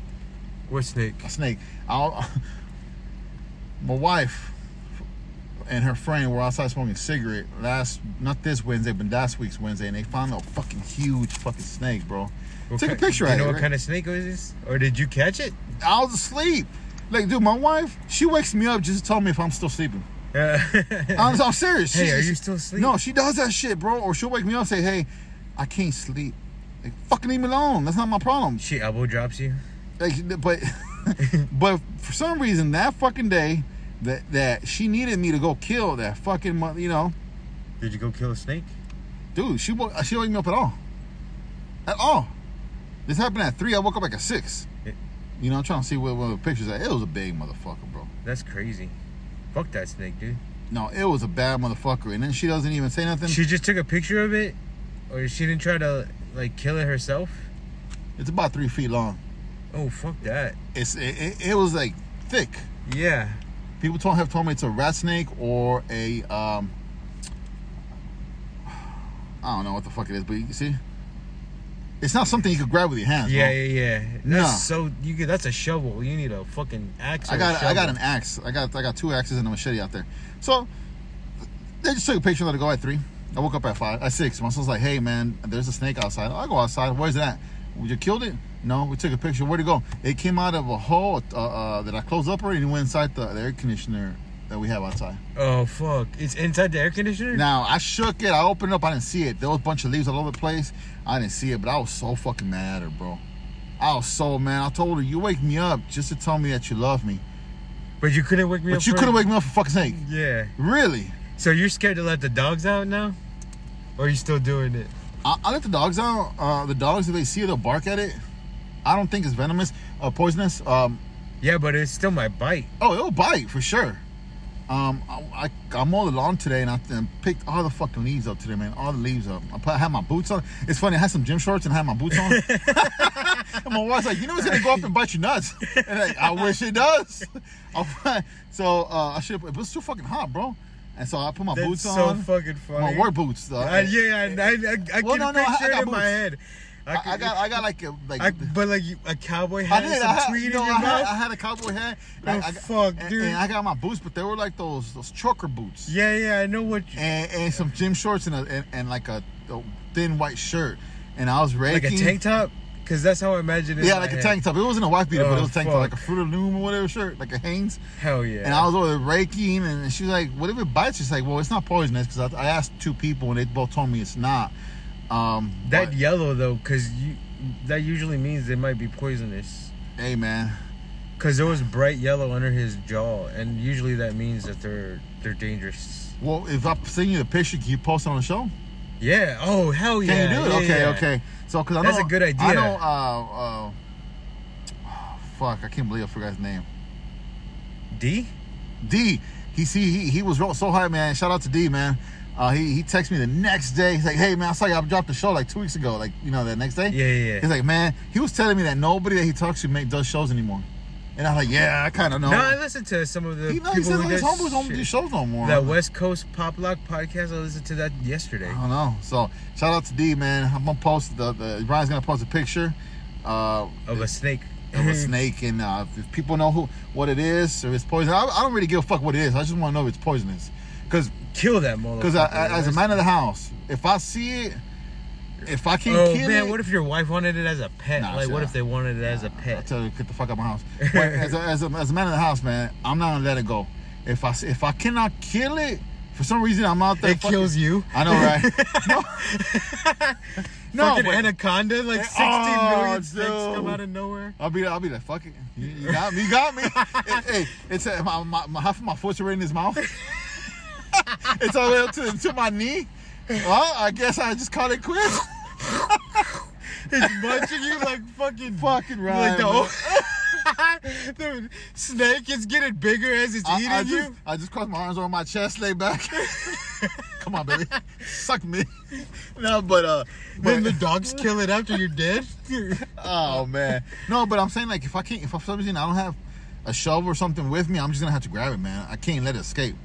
What snake? A snake. I'll, [LAUGHS] my wife and her friend were outside smoking a cigarette last, not this Wednesday, but last week's Wednesday, and they found a fucking huge fucking snake, bro. What Take a ki- picture Do of you know it. what right? kind of snake was this? Or did you catch it? [LAUGHS] I was asleep. Like, dude, my wife, she wakes me up just to tell me if I'm [LAUGHS] still sleeping. Uh, I'm, I'm serious. Hey, She- are you she- still asleep? No, she does that shit, bro. Or she'll wake me up and say, hey, I can't sleep. Like, fucking leave me alone. That's not my problem. she elbow drops you. Like, but [LAUGHS] but for some reason that fucking day that that she needed me to go kill that fucking mo- you know Did you go kill a snake? dude she woke she didn't wake me up at all at all this happened at three I woke up like at six Yeah. you know I'm trying to see what, what the pictures are. it was a big motherfucker bro That's crazy. Fuck that snake, dude. no it was a bad motherfucker and then she doesn't even say nothing She just took a picture of it, or she didn't try to like kill it herself. it's about three feet long Oh fuck that. it's it, it, it was like thick Yeah. people told have told me it's a rat snake or a um I don't know what the fuck it is, but you see, it's not something you could grab with your hands. Yeah, bro. yeah, yeah. That's Nah. so you could, that's a shovel. You need a fucking axe. Or I a got I shovel. got an axe. I got I got two axes and a machete out there. So they just took a picture. Let it go at three. I woke up at five at six. My son's like, "Hey man, there's a snake outside." I go outside. Where's that? You killed it? No, we took a picture. Where'd it go? It came out of a hole uh, uh, that I closed up already and went inside the, the air conditioner that we have outside. Oh fuck! It's inside the air conditioner. Now I shook it. I opened it up. I didn't see it. There was a bunch of leaves all over the place. I didn't see it, but I was so fucking mad at her, bro. I was so mad. I told her, "You wake me up just to tell me that you love me, But you couldn't wake me up. but you for- couldn't wake me up for fucking snake." Yeah. Really? So you're scared to let the dogs out now? Or are you still doing it? I, I let the dogs out. Uh, the dogs, if they see it, they'll bark at it. I don't think it's venomous, uh, poisonous. Um, Yeah, but it's still my bite. oh, it'll bite for sure. Um, I, I, I mowed the lawn today and I and picked all the fucking leaves up today, man. All the leaves up. I, put, I had my boots on. It's funny. I had some gym shorts and I had my [LAUGHS] boots on. and my wife's like, you know, it's gonna go up and bite your nuts. And like, I wish it does. [LAUGHS] I- so uh, I should. It was too fucking hot, bro. And so I put my That's boots so on. fucking funny. My work boots. Uh, I, yeah, I, I, I, I Well, can no, no, I- I picture it got in my boots. head. I, I could- got. I got like a, like. I- but like you- a cowboy I hat and did. some I had, tweed you in know, I, your had, mouth. I had a cowboy hat. Oh, I, I, fuck, and- dude. And I got my boots, but they were like those those trucker boots. yeah, yeah, I know what. You, And, and some gym shorts and a, and, and like a, a thin white shirt. And I was like raking. a tank top, because that's how I imagine it. in Yeah, my like a head. tank top. It wasn't a wife beater, but Oh, it was a tank top, fuck. like a Fruit of the Loom or whatever shirt, like a Hanes. Hell yeah. And I was over there raking, and she was like, "What if it bites?" She's like, "Well, it's not poisonous," because I, I asked two people, and they both told me it's not. Um, that but- yellow though, because you that usually means it might be poisonous. hey man, Because there was bright yellow under his jaw, and usually that means that they're they're dangerous. well, if I send you the picture, can you post it on the show? Yeah. Oh hell yeah. Can you do it? yeah, okay, yeah. okay. So, because I know That's a good I idea. know. Uh, [SIGHS] uh, fuck, I can't believe I forgot his name. D. D, he see he, he was real- so high, man. Shout out to D, man. Uh, he he texted me the next day. He's like, "Hey, man, I saw you. I dropped the show like two weeks ago. Like, you know, that next day." Yeah, yeah, yeah. [LAUGHS] He's like, "Man, he was telling me that nobody that he talks to make does shows anymore." And I'm like, "Yeah, I kind of know." No, I listened to some of the "Oh." he, no, he people said who his does homeboys don't shit. do shows no more. That West Coast Pop Lock podcast, I listened to that yesterday. I don't know. So shout out to D, man. I'm gonna post the, the Brian's gonna post a picture uh, Of a snake. [LAUGHS] of a snake, and uh, if people know who what it is or it's poison, I, I don't really give a fuck what it is. I just want to know if it's poisonous, because Kill that motherfucker. because as a man of the house, if I see it, if I can't Oh kill man, it, what if your wife wanted it as a pet? Nah, like, shut what up. if they wanted it as a I pet? tell you, get the fuck out of my [LAUGHS] house. But as, a, as, a, as a man of the house, man, I'm not gonna let it go. If I s- if I cannot kill it, for some reason I'm out there. It fucking- kills you. I [LAUGHS] know, right? no, Fucking but- anaconda, like 16 Oh, million snakes come dude. out of nowhere. I'll be, I'll be like, fuck it. You, you got me, you [LAUGHS] got me. hey, hey, it's uh my, my, my half of my foot's already in his mouth. [LAUGHS] it's all the way up to, to my knee. Well, I guess I just call [LAUGHS] it quits. It's munching you like fucking Fucking like right. the man. old Dude, snake is getting bigger as it's eating I, I you. just, I just crossed my arms over my chest, lay back. [LAUGHS] Come on, baby, [LAUGHS] suck me. No, but uh, Then but, the dogs kill it after you're [LAUGHS] dead. oh man, no, but I'm saying like if I can't, if for some reason I don't have a shovel or something with me, I'm just gonna have to grab it, man. I can't let it escape,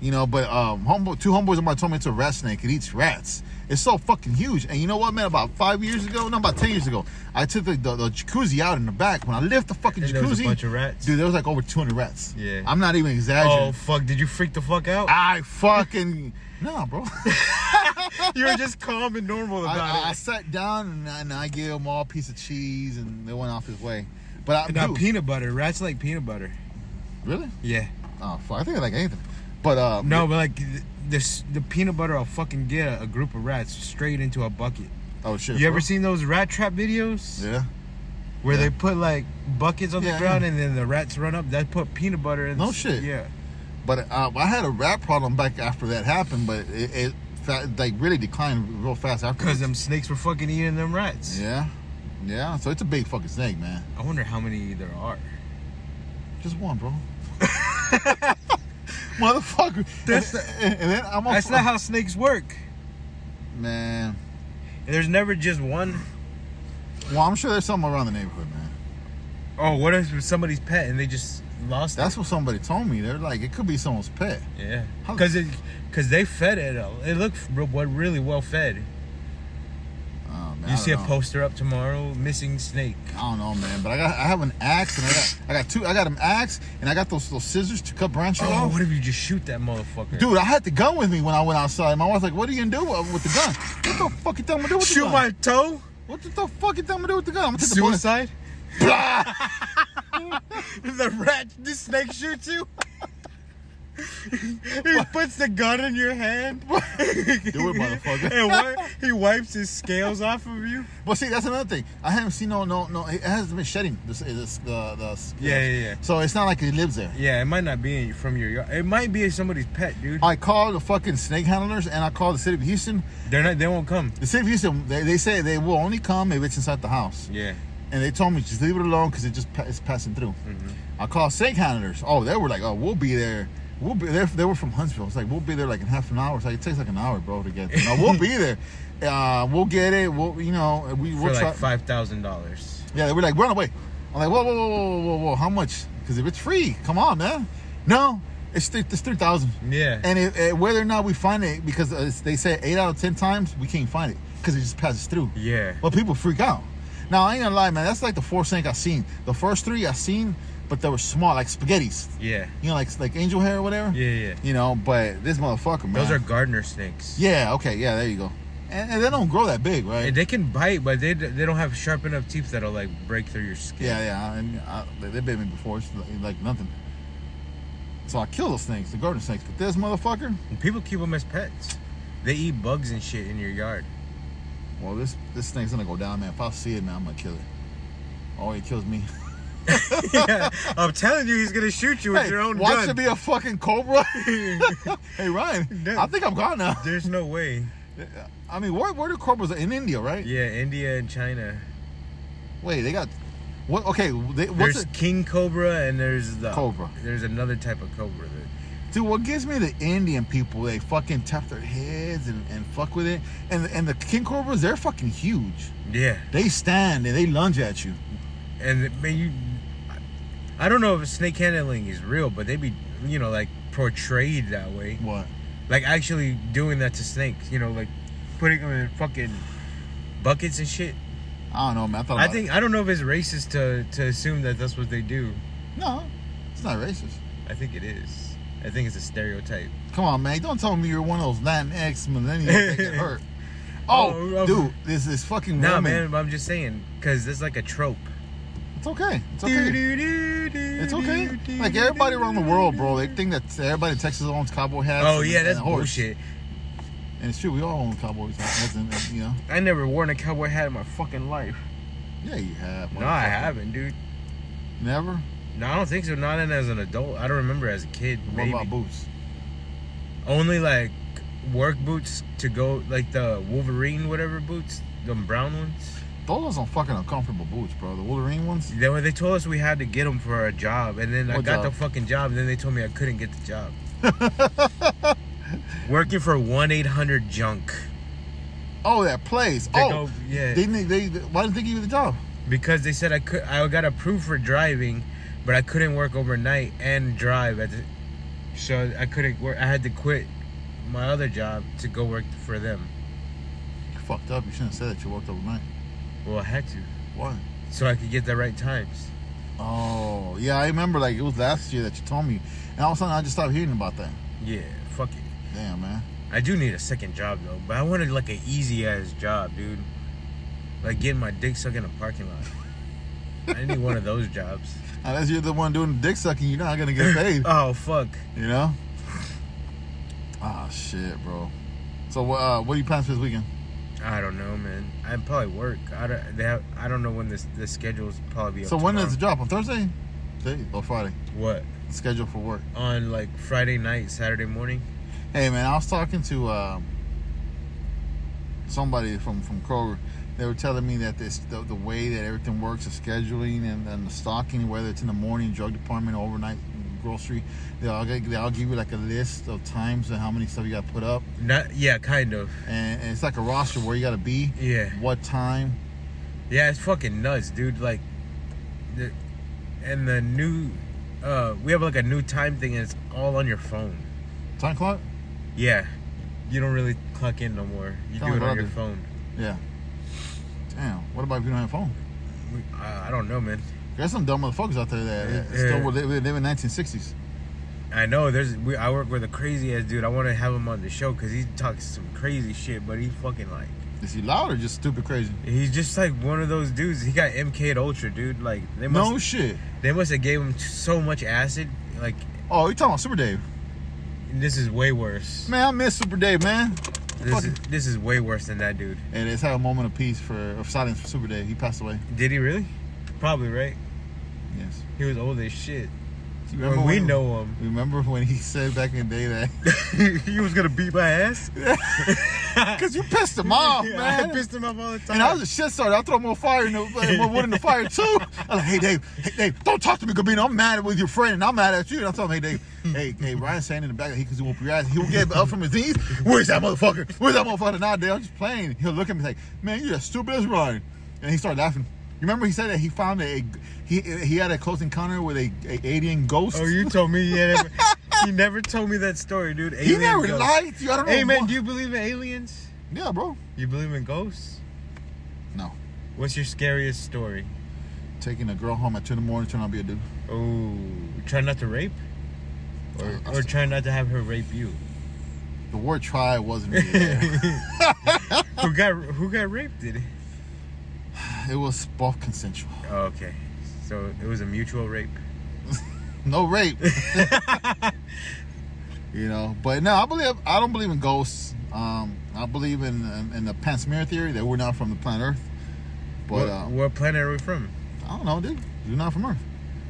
you know. But um, homeboy, two homeboys of mine told me it's a rat snake. It eats rats. It's so fucking huge. And you know what, man? About five years ago, no, about ten years ago, I took the, the, the jacuzzi out in the back. When I lift the fucking And jacuzzi, there was a bunch of rats. dude, there was like over 200 rats. Yeah. I'm not even exaggerating. oh fuck! Did you freak the fuck out? I fucking no, [LAUGHS] bro. You were just calm and normal I, about I, I it. sat down and I, and I gave him all a piece of cheese, and they went off his way. But I Not dude, peanut butter. Rats like peanut butter. really? Yeah. Oh fuck! I think I like anything. But uh, No, but like th- this, the peanut butter will fucking get a, a group of rats straight into a bucket. Oh shit! You ever bro. seen those rat trap videos Yeah. where they put like buckets on Yeah. the ground and then the rats run up? They put peanut butter in. No shit. Yeah. But uh, I had a rat problem back after that happened, but it, it fa- like really declined real fast after. Because them snakes were fucking eating them rats. Yeah. Yeah. So it's a big fucking snake, man. I wonder how many there are. Just one, [LAUGHS] bro. Motherfucker. That's- and, and, and then I'm a- That's not how snakes work. man. There's never just one. Well, I'm sure there's something around the neighborhood, man. Oh, what if it was somebody's pet and they just lost That's what somebody told me. They're like, it could be someone's pet. it? Yeah. How- Because it, because they fed it. a- It looked re- what really well fed. Oh, man, I You see a don't know. poster up tomorrow, missing snake. I don't know, man. But I got, I have an axe, and I got, I got two. I got an axe, and I got those those scissors to cut branches Oh, off. what if you just shoot that motherfucker? Dude, I had the gun with me when I went outside. My wife's like, "What are you gonna do uh, with, with the gun? What the fuck you think I'm gonna do with the shoot gun? my toe? What the, the fuck you think I'm gonna do with the gun? I'm gonna [LAUGHS] take Suicide? the bullet. the rat, the snake shoots you? [LAUGHS] he puts the gun in your [LAUGHS] hand. do Do it, motherfucker. [LAUGHS] And wi- he wipes his scales off of you. But see, that's another thing. I haven't seen no, no, no. It hasn't been shedding. This, this, the, the, Yeah, yeah, yeah. So it's not like it lives there. Yeah, it might not be in, from your yard. It might be somebody's pet, dude. I called the fucking snake handlers, and I called the city of Houston. They're not. They won't come. The city of Houston, they, they say they will only come if it's inside the house. Yeah. and they told me just leave it alone because it just pa- it's passing through. Mm-hmm. I called snake handlers. Oh, they were like, oh, we'll be there. We'll be there. They were from Huntsville. It's like we'll be there like in half an hour. It's like it takes like an hour, bro, to get there. No, [LAUGHS] we'll be there. Uh, we'll get it. We'll, you know, we For will try. like five thousand dollars. yeah, they were like, run away. I'm like, whoa, whoa, whoa, whoa, whoa, whoa, how much? Because if it's free, come on, man. No, it's th- it's three thousand. Yeah. And it, it- whether or not we find it, because uh, it's- they say eight out of ten times we can't find it because it just passes through. yeah. Well, people freak out. Now I ain't gonna lie, man. That's like the fourth snake I seen. The first three I seen, but they were small, like spaghettis. Yeah. You know, like like angel hair or whatever. Yeah, yeah. You know, but this motherfucker, man. Those are gardener snakes. Yeah. Okay. Yeah. There you go. And, and they don't grow that big, right? And They can bite, but they they don't have sharp enough teeth that'll like break through your skin. yeah. Yeah. I, and I, they, they bit me before. It's like, like nothing. So I kill those snakes, the garden snakes. But this motherfucker, And people keep them as pets. They eat bugs and shit in your [LAUGHS] yard. [LAUGHS] well, this this snake's gonna go down, man. If I see it, man, I'm gonna kill it. Oh, it kills me. yeah, I'm telling you, he's gonna shoot you with [LAUGHS] Hey, your own watch gun. it be a [LAUGHS] fucking cobra. [LAUGHS] hey Ryan, Dude. I think I'm gone now. There's no way. I mean, where where do cobras in India, right? Yeah, India and China. Wait, they got What? Okay, they, what's There's it? king cobra and there's the Cobra. There's another type of cobra. That, Dude, what gives me the Indian people? They fucking tap their heads and, and fuck with it. And and the king cobras, they're fucking huge. yeah, They stand and they lunge at you. and man, you, I don't know if snake handling is real, but they be you know like portrayed that way, What? like actually doing that to snakes. You know, like putting them in fucking buckets and shit. I don't know, man. I, thought I about think I don't know if it's racist to to assume that that's what they do. it. no, it's not racist. I think it is. I think it's a stereotype. Come on, man. Don't tell me you're one of those Latinx millennials [LAUGHS] that get hurt. Oh, Oh, um, dude, this is fucking Nah, woman. man, I'm just saying because it's like a trope. It's okay. It's okay. It's okay. Like everybody around the world, bro. They think that everybody in Texas owns cowboy hats. Oh and- yeah, and that's a horse. bullshit. And it's true. We all own cowboy hats. And, and, you know. I never worn a cowboy hat in my fucking life. Yeah, you have. No, I motherfucker. haven't, dude. Never. No, I don't think so. Not in- as an adult. I don't remember as a kid. Maybe. What about boots? Only like work boots to go, like the Wolverine whatever boots, them brown ones. Those are fucking uncomfortable boots, bro. The Wolverine ones. They were- they told us we had to get them for a job, and then I What got the job? fucking job, and then they told me I couldn't get the job. Working for one eight hundred junk. Oh, that place. They oh, go- yeah. They, they, they, why didn't they give you the job? because they said I could I got approved for driving, but I couldn't work overnight and drive at the, so I couldn't work. I had to quit my other job to go work for them. You fucked up. You shouldn't have said that you worked overnight. Well, I had to Why? so I could get the right times. Oh, yeah. I remember like it was last year that you told me, and all of a sudden I just stopped hearing about that. Yeah, fuck it. Damn, man. I do need a second job though, but I wanted like an easy ass job, dude. Like getting my dick sucked in a parking lot. I need one of those [LAUGHS] jobs. Unless you're the one doing the dick sucking, you're not gonna get [LAUGHS] paid. Oh fuck. you know? Ah, shit, bro. So, wha- uh, what are you planning for this weekend? I don't know, man. I'd probably work. I don't. They have, I don't know when this the schedule's probably. Up so, when tomorrow. does it drop? On Thursday? Thursday or Friday? What? Schedule for work. On like Friday night, Saturday morning. Hey man, I was talking to um, somebody from from Kroger. They were telling me that this the, the way that everything works, the scheduling and, and the stocking, whether it's in the morning drug department, or overnight grocery, they all get- they all give you like a list of times and how many stuff you got to put up, Not yeah, kind of. and, and it's like a roster where you got to be, Yeah. what time. Yeah, it's fucking nuts, dude. Like, the, and the new, uh, we have like a new time thing, and it's all on your phone. Time clock? Yeah, you don't really clock in no more. You Sounds do it on like your it. phone. Yeah. Damn. What about if you don't have a phone? We- uh, I, I don't know, man. There's some dumb motherfuckers out there that, that Yeah. still live, live in 1960s. I know there's. We, I work with a crazy ass dude. I want to have him on the show because he talks some crazy shit, but he fucking like. Is he loud or just stupid crazy? He's just like one of those dudes. He got MK'd Ultra, dude. Like they must No shit. They must have gave him t- so much acid. Like Oh, you talking about Super Dave? this is way worse. Man, I miss Super Dave, man. This is, this is way worse than that dude. And let's have a moment of peace for of silence for Super Dave. He passed away. Did he really? Probably right. Yes. He was old as shit. You Or we when- know him. Remember when he [LAUGHS] said back in the day [LAUGHS] that? [LAUGHS] he was gonna beat my ass. Because you pissed him [LAUGHS] off, I Oh, man. pissed him off all the time. and I was a shit starter. I throw more fire in the uh, more wood in the fire too. I'm like, hey Dave, hey Dave, don't talk to me, Gabino. I'm mad with your friend, and I'm mad at you. And I tell him, hey Dave, Hmm. hey, hey, Ryan's saying in the back that he can whoop your ass. He'll get up from his knees. Where's that motherfucker? Where's that motherfucker? Nah, Dave, I'm just playing. He'll look at me like, man, you're as stupid as Ryan. And he started laughing. You remember he said that he found a he he had a close encounter with a, a alien ghost. oh, you told me he had. Never, he never told me that story, dude. he Alien never ghost. lied to you. I don't know. Hey man, why- do you believe in aliens? yeah, bro. You believe in ghosts? No, What's your scariest story? taking a girl home at two in the morning, trying to be a dude. Oh, try not to rape, or Uh, or try not to have her rape you. [LAUGHS] The word "try" [LAUGHS] wasn't really there. who got who got raped? Did he? It was both consensual. Oh, okay. So it was a mutual rape. [LAUGHS] No rape. you know, but no, I believe I don't believe in ghosts. Um, I believe in in, in the panspermia theory that we're not from the planet Earth. But what, uh, what planet are we from? I don't know, dude. You're not from Earth.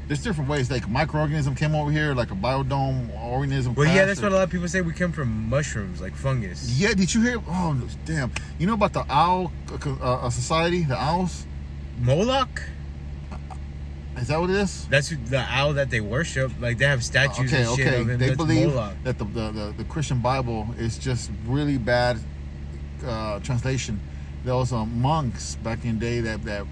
There's different ways. Like microorganism came over here, like a biodome organism. Well, yeah, crashed that's or- what a lot of people say. We come from mushrooms, like fungus. Yeah, did you hear? Oh, no, damn. You know about the owl uh, uh, society, the owls? Moloch? Is that what it is? That's who- the owl that they worship. Like they have statues Uh, Okay, and shit okay. of him. They That's believe Moloch. that the, the, the, the Christian Bible is just really bad uh, translation. There was um, monks back in the day that, that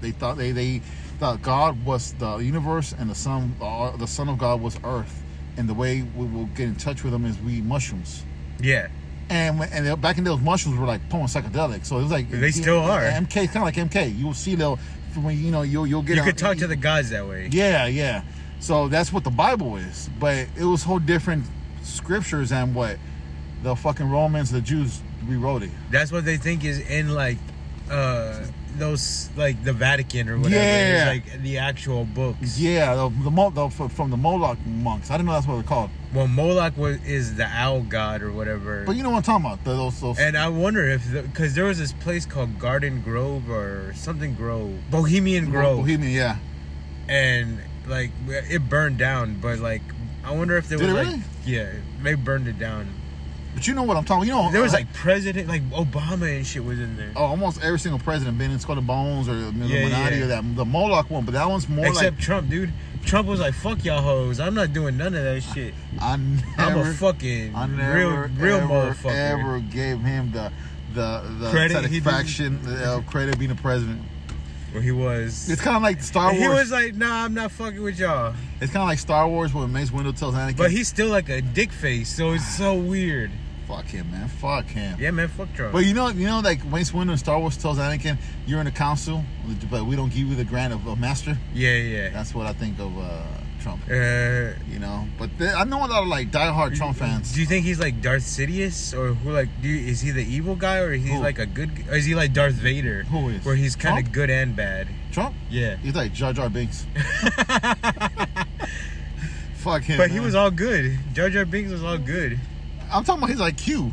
they thought they, they thought God was the universe and the son uh, the son of God was Earth, and the way we will get in touch with them is we eat mushrooms. Yeah, And when, and they- back in those mushrooms were like pulling psychedelic, so it was like They still are. MK, kind of like MK. You'll see they'll when you know you'll you'll get you out- could talk to the gods that way. yeah, yeah. So that's what the Bible is, but it was whole different scriptures and what the fucking Romans, the Jews rewrote it. That's what they think is in like uh those like the Vatican or whatever. Yeah. It's like the actual books. Yeah, the, the, Mo- the fr- from the Moloch monks. I didn't know that's what they're called, Well, Moloch was is the owl god or whatever. but you know what I'm talking about. The, those, those. and I wonder if because there was this place called Garden Grove or something Grove, Bohemian Grove, Bohemian, yeah. and like it burned down. But like, I wonder if there Did was it like really? yeah, they burned it down. But you know what I'm talking. You know There was uh, like president, like Obama and shit was in there. oh, almost every single president been in Skull and Bones or the Yeah, Illuminati yeah. or that the Moloch one, but that one's more Except Trump, dude. Trump was like, "Fuck y'all hoes. I'm not doing none of that shit. like I I'm never, a fucking I never, real, real ever, motherfucker." ever gave him the the the Credit he didn't- satisfaction of credit being the president. Where he was. It's kind of like Star Wars. he was like, "Nah, I'm not fucking with y'all." it's kind of like Star Wars when Mace Windu tells Anakin, But he's still like a dick face, so it's so weird. "Fuck him, man. Fuck him." Yeah, man, fuck Trump. But you know, you know, like Mace Windu in Star Wars tells Anakin, "You're in the council, but we don't give you the grant of a master." yeah, yeah. That's what I think of uh, Trump. Uh, You know, but th- I know a lot of like diehard Trump fans. do you think he's like Darth Sidious, or who like do you, is he the evil guy, or is he Who? like a good? Or is he like Darth Vader, Who is? where he's kind Trump? of good and bad? Trump? [LAUGHS] Yeah, He's like Jar [LAUGHS] Jar Binks. Fuck him. but he man. was all good. Jar Jar Binks was all good. [LAUGHS] I'm talking about his IQ.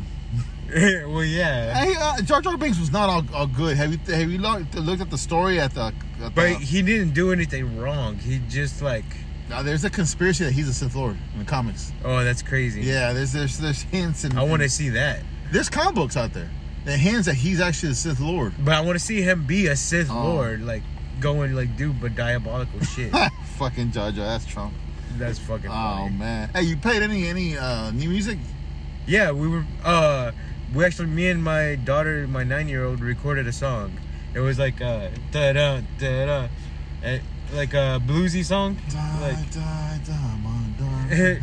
well, yeah, Hey, uh, Jar Jar Binks was not all, all good. Have you have you looked, looked at the story at the? but At the he didn't do anything wrong. He just like, Now, there's a conspiracy that he's a Sith Lord in the comics. oh, that's crazy. Yeah, there's there's there's hints and I want to see that, There's comic books out there that hints that he's actually a Sith Lord. but I want to see him be a Sith Oh. Lord, like going like do but diabolical [LAUGHS] shit. Fucking Jar Jar, that's Trump. that's fucking. Oh funny. man. Hey, you played any any uh, new music? Yeah, we were. uh We actually, me and my daughter, my nine-year-old, recorded a song. It was like uh, da da da da, like a bluesy song, Die, like die, die, my darling.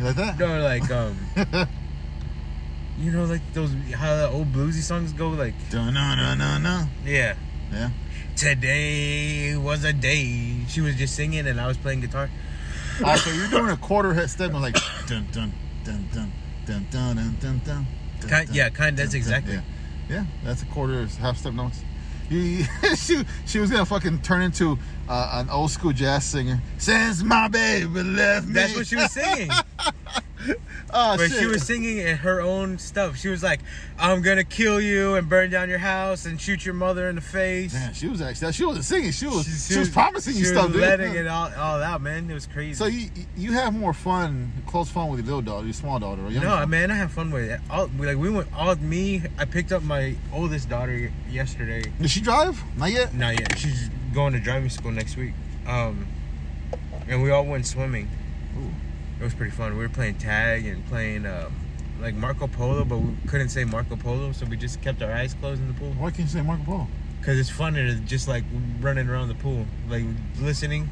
[LAUGHS] like that? no, like um, [LAUGHS] you know, like those how the old bluesy songs go, like Dun, no, no, no, no. yeah. Yeah. Today was a day. She was just singing and I was playing guitar. Alright, so you're doing a quarter head step and like dun dun dun dun dun dun dun dun dun. dun, Kind- dun, yeah, kind- that's dun, dun. exactly. Yeah. yeah, that's a quarter half step notes. You, [LAUGHS] you- she she was gonna fucking turn into uh, an old school jazz singer. Since my baby left me. That's what she was [LAUGHS] singing. Oh But shit. she was singing in her own stuff. She was like, "I'm gonna kill you and burn down your house and shoot your mother in the face." Man, she was actually she wasn't singing. She was she, was promising you she stuff, was dude. letting it all, all out, man. It was crazy. So you you have more fun, close fun with your little daughter, your small daughter, or young no, daughter. man, I have fun with it. All, we- like we went all me. I picked up my oldest daughter yesterday. Did she drive? Not yet. Not yet. She's going to driving school next week. Um, and we all went swimming. Ooh. It was pretty fun. We were playing tag and playing um, like Marco Polo, but we couldn't say Marco Polo, so we just kept our eyes closed in the pool. Why can't you say Marco Polo? Cause it's funner to just like running around the pool, like listening.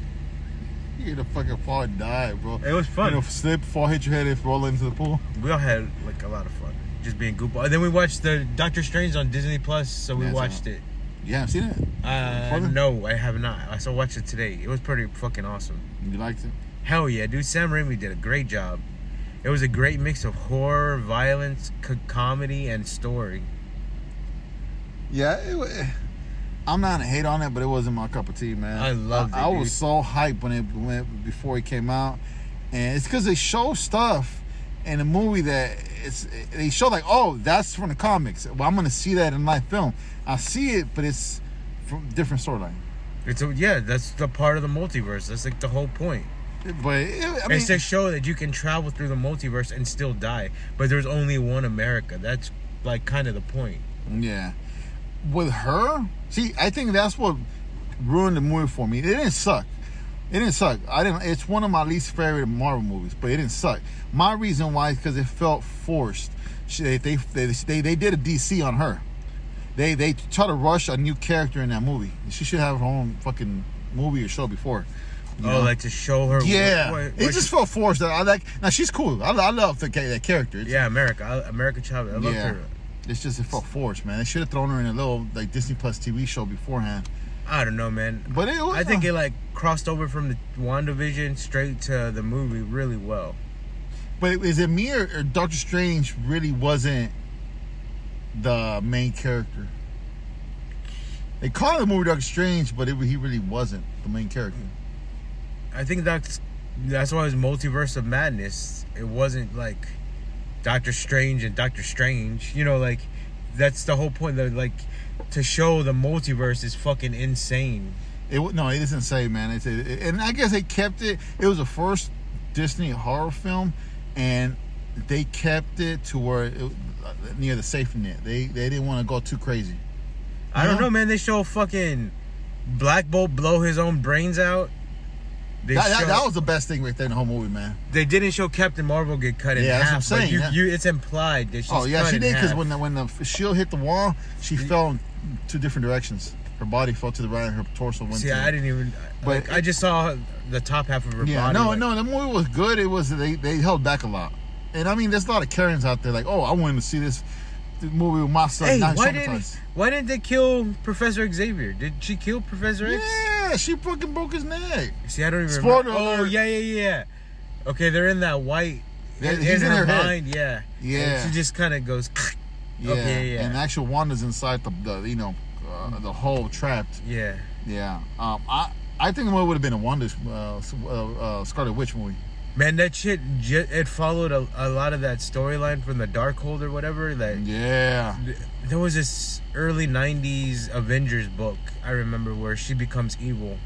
You're gonna fucking fall and die, bro. It was fun. You know, slip, fall, hit your head, and roll into the pool. we all had like a lot of fun, just being goofball. And then we watched the Doctor Strange on Disney Plus, so we That's watched it. You haven't seen it? Uh, Fun? no, I have not. I still watched it today. It was pretty fucking awesome. You liked it? Hell yeah, dude! Sam Raimi did a great job. It was a great mix of horror, violence, co- comedy, and story. Yeah. It, wa- I'm not gonna hate on it, but it wasn't my cup of tea, man. I loved it, I, dude. was so hyped when it went before it came out, and it's because they show stuff in the movie that it's they show like, oh, that's from the comics. Well, I'm gonna see that in live film. I see it, but it's from different storyline. It's a, yeah, that's the part of the multiverse. That's like the whole point. But it, I mean, it's to show that you can travel through the multiverse and still die, but there's only one America. That's like kind of the point. Yeah. With her, see, I think that's what ruined the movie for me. It didn't suck. It didn't suck. I didn't. It's one of my least favorite Marvel movies, but it didn't suck. My reason why is because it felt forced. She, they, they, they they they did a DC on her. They they try to rush a new character in that movie. She should have her own fucking movie or show before. you know? Oh, like to show her. yeah. what- what- it just felt forced. I like. Now she's cool. I, I love the, ca- that character. It's- yeah, America. I, America Chavez. I love yeah. her. It's just it felt forced, man. They should have thrown her in a little like Disney Plus TV show beforehand. I don't know, man. But it was. I think it like crossed over from the WandaVision straight to the movie really well. But is it me or, or Doctor Strange really wasn't the main character? They call the movie Doctor Strange, but it, he really wasn't the main character. I think that's that's why it was multiverse of madness. It wasn't like Doctor Strange and Doctor Strange. You know, like that's the whole point. That like to show the multiverse is fucking insane. It wa- no, it doesn't say, man. It's it, it- and I guess they kept it. It was the first Disney horror film, and they kept it to where it, uh, near the safety net. They they didn't want to go too crazy. I don't Yeah. know, man. They show fucking Black Bolt blow his own brains out. They That, that, show- that was the best thing right there in the whole movie, man. they didn't show Captain Marvel get cut in Yeah, half. that's what but I'm saying, you, yeah. you, it's implied that she's Oh yeah, cut she in did because half. when the, when the shield hit the wall, she fell in two different directions. Her body fell to the right, and her torso went. See, to I didn't even. But like, I it- just saw the top half of her Yeah, body. no, like- no, the movie was good. It was they they held back a lot, and I mean, there's a lot of Karens out there like, oh, I wanted to see this th- movie with my son. Hey, now he's why traumatized." didn't why didn't they kill Professor Xavier? Did she kill Professor X? Yeah, she fucking broke his neck. See, I don't even Spoiler remember. Oh, alert. yeah, yeah, yeah. Okay, they're in that white. Yeah, in, he's in her, her head. mind, yeah. Yeah. And she just kind of goes. [LAUGHS] Yeah, Okay, yeah. and actual Wanda's inside the, the you know uh, the hole trapped. yeah. Yeah, um, I I think the movie would have been a Wanda uh, s- uh, uh, Scarlet Witch movie. Man, that shit. ju- It followed a, a lot of that storyline from the Darkhold or whatever. That Yeah. there was this early '90s Avengers book I remember where she becomes evil,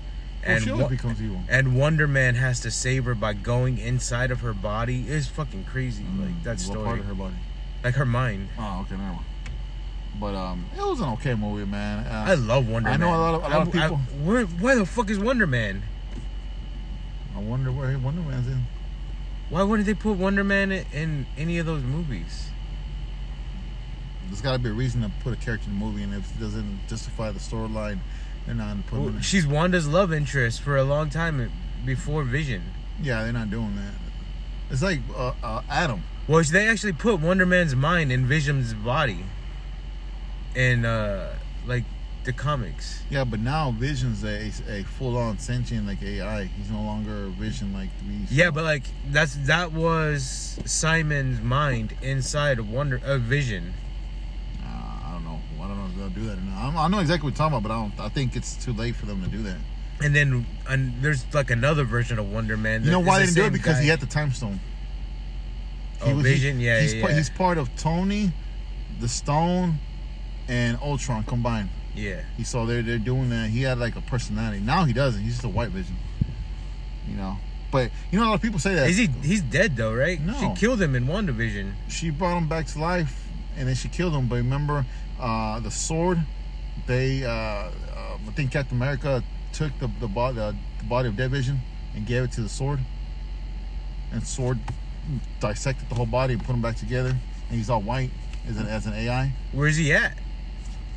And she Wa- always becomes evil. and Wonder Man has to save her by going inside of her body. It's fucking crazy. Like that Mm, What story, part of her body? like her mind. Oh, okay, never mind. But um, it was an okay movie, man. I Uh, love Wonder I Man. know a lot of- a lot of I- I- people- where, why the fuck is Wonder Man? I, wonder where Wonder Man's in. Why wouldn't they put Wonder Man in, in any of those movies? There's got to be a reason to put a character in the movie, and if it doesn't justify the storyline, they're not putting. Well, it. She's Wanda's love interest for a long time eh, before Vision. Yeah, they're not doing that. It's like uh, uh, Adam. Well, they actually put Wonder Man's mind in Vision's body. In uh, like the comics. Yeah, but now Vision's a, a full-on sentient like AI. He's no longer a Vision like we. Yeah, saw. but like that's that was Simon's mind inside of Wonder of Vision. Uh, I don't know. I don't know if they'll do that or not. I'm, I know exactly what you're talking about, but I don't. I think it's too late for them to do that. And then and there's like another version of Wonder Man. You know that why they is didn't the do same it? Because guy. he had the time stone. Oh, was- Vision, yeah, he's yeah, Part, yeah. he's part of Tony, the Stone, and Ultron combined. yeah. He saw they're they're doing that. He had like a personality. Now he doesn't. He's just a white Vision. You know. But you know a lot of people say that Is he? He's dead though, right? No. She killed him in one division. she brought him back to life, and then she killed him. But remember, uh, the sword. They, uh, uh, I think Captain America took the the, bo- the the body of Dead Vision and gave it to the sword, and sword dissected the whole body and put him back together. And he's all white as an as an AI. Where's he at?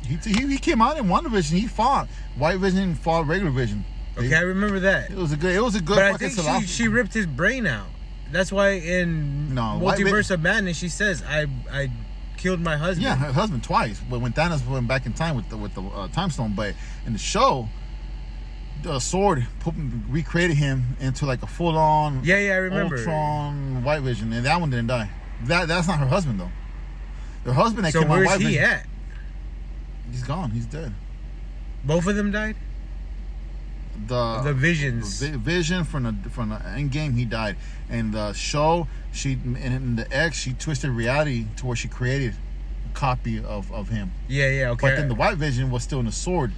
He he, he came out in one division. He fought White Vision, fought regular Vision. They- Okay, I remember that. it was a good. It was a good. But I fucking think she, philosophy. she ripped his brain out. That's why in No, why- Multiverse of Madness she says I I killed my husband. Yeah, her husband twice. But when Thanos went back in time with the with the uh, time stone, but in the show, the sword put, recreated him into like a full on Yeah, yeah, I remember. Ultron White Vision, and that one didn't die. That that's not her husband though. Her husband that So came out where's White he Vision, at? he's gone. He's dead. Both of them died. Uh, The The visions. Vi- Vision from the from the end game, he died. And the show, she in, in the X, she twisted reality to where she created a copy of of him. Yeah, yeah. Okay. But then the white vision was still in the sword.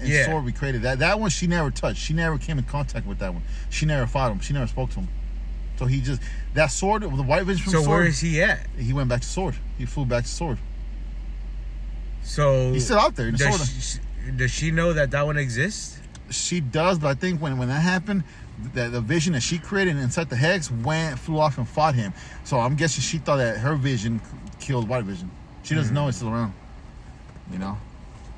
And Yeah. sword recreated that. That one she never touched. She never came in contact with that one. She never fought him. She never spoke to him. So he just that sword the white vision from so sword. where is he at? he went back to sword. He flew back to sword. So He's still out there in the sword. does she, does she know that that one exists? she does, but I think when, when that happened, that the vision that she created inside the hex went flew off and fought him. So I'm guessing she thought that her vision killed White Vision. She Mm-hmm. doesn't know it's still around. You know,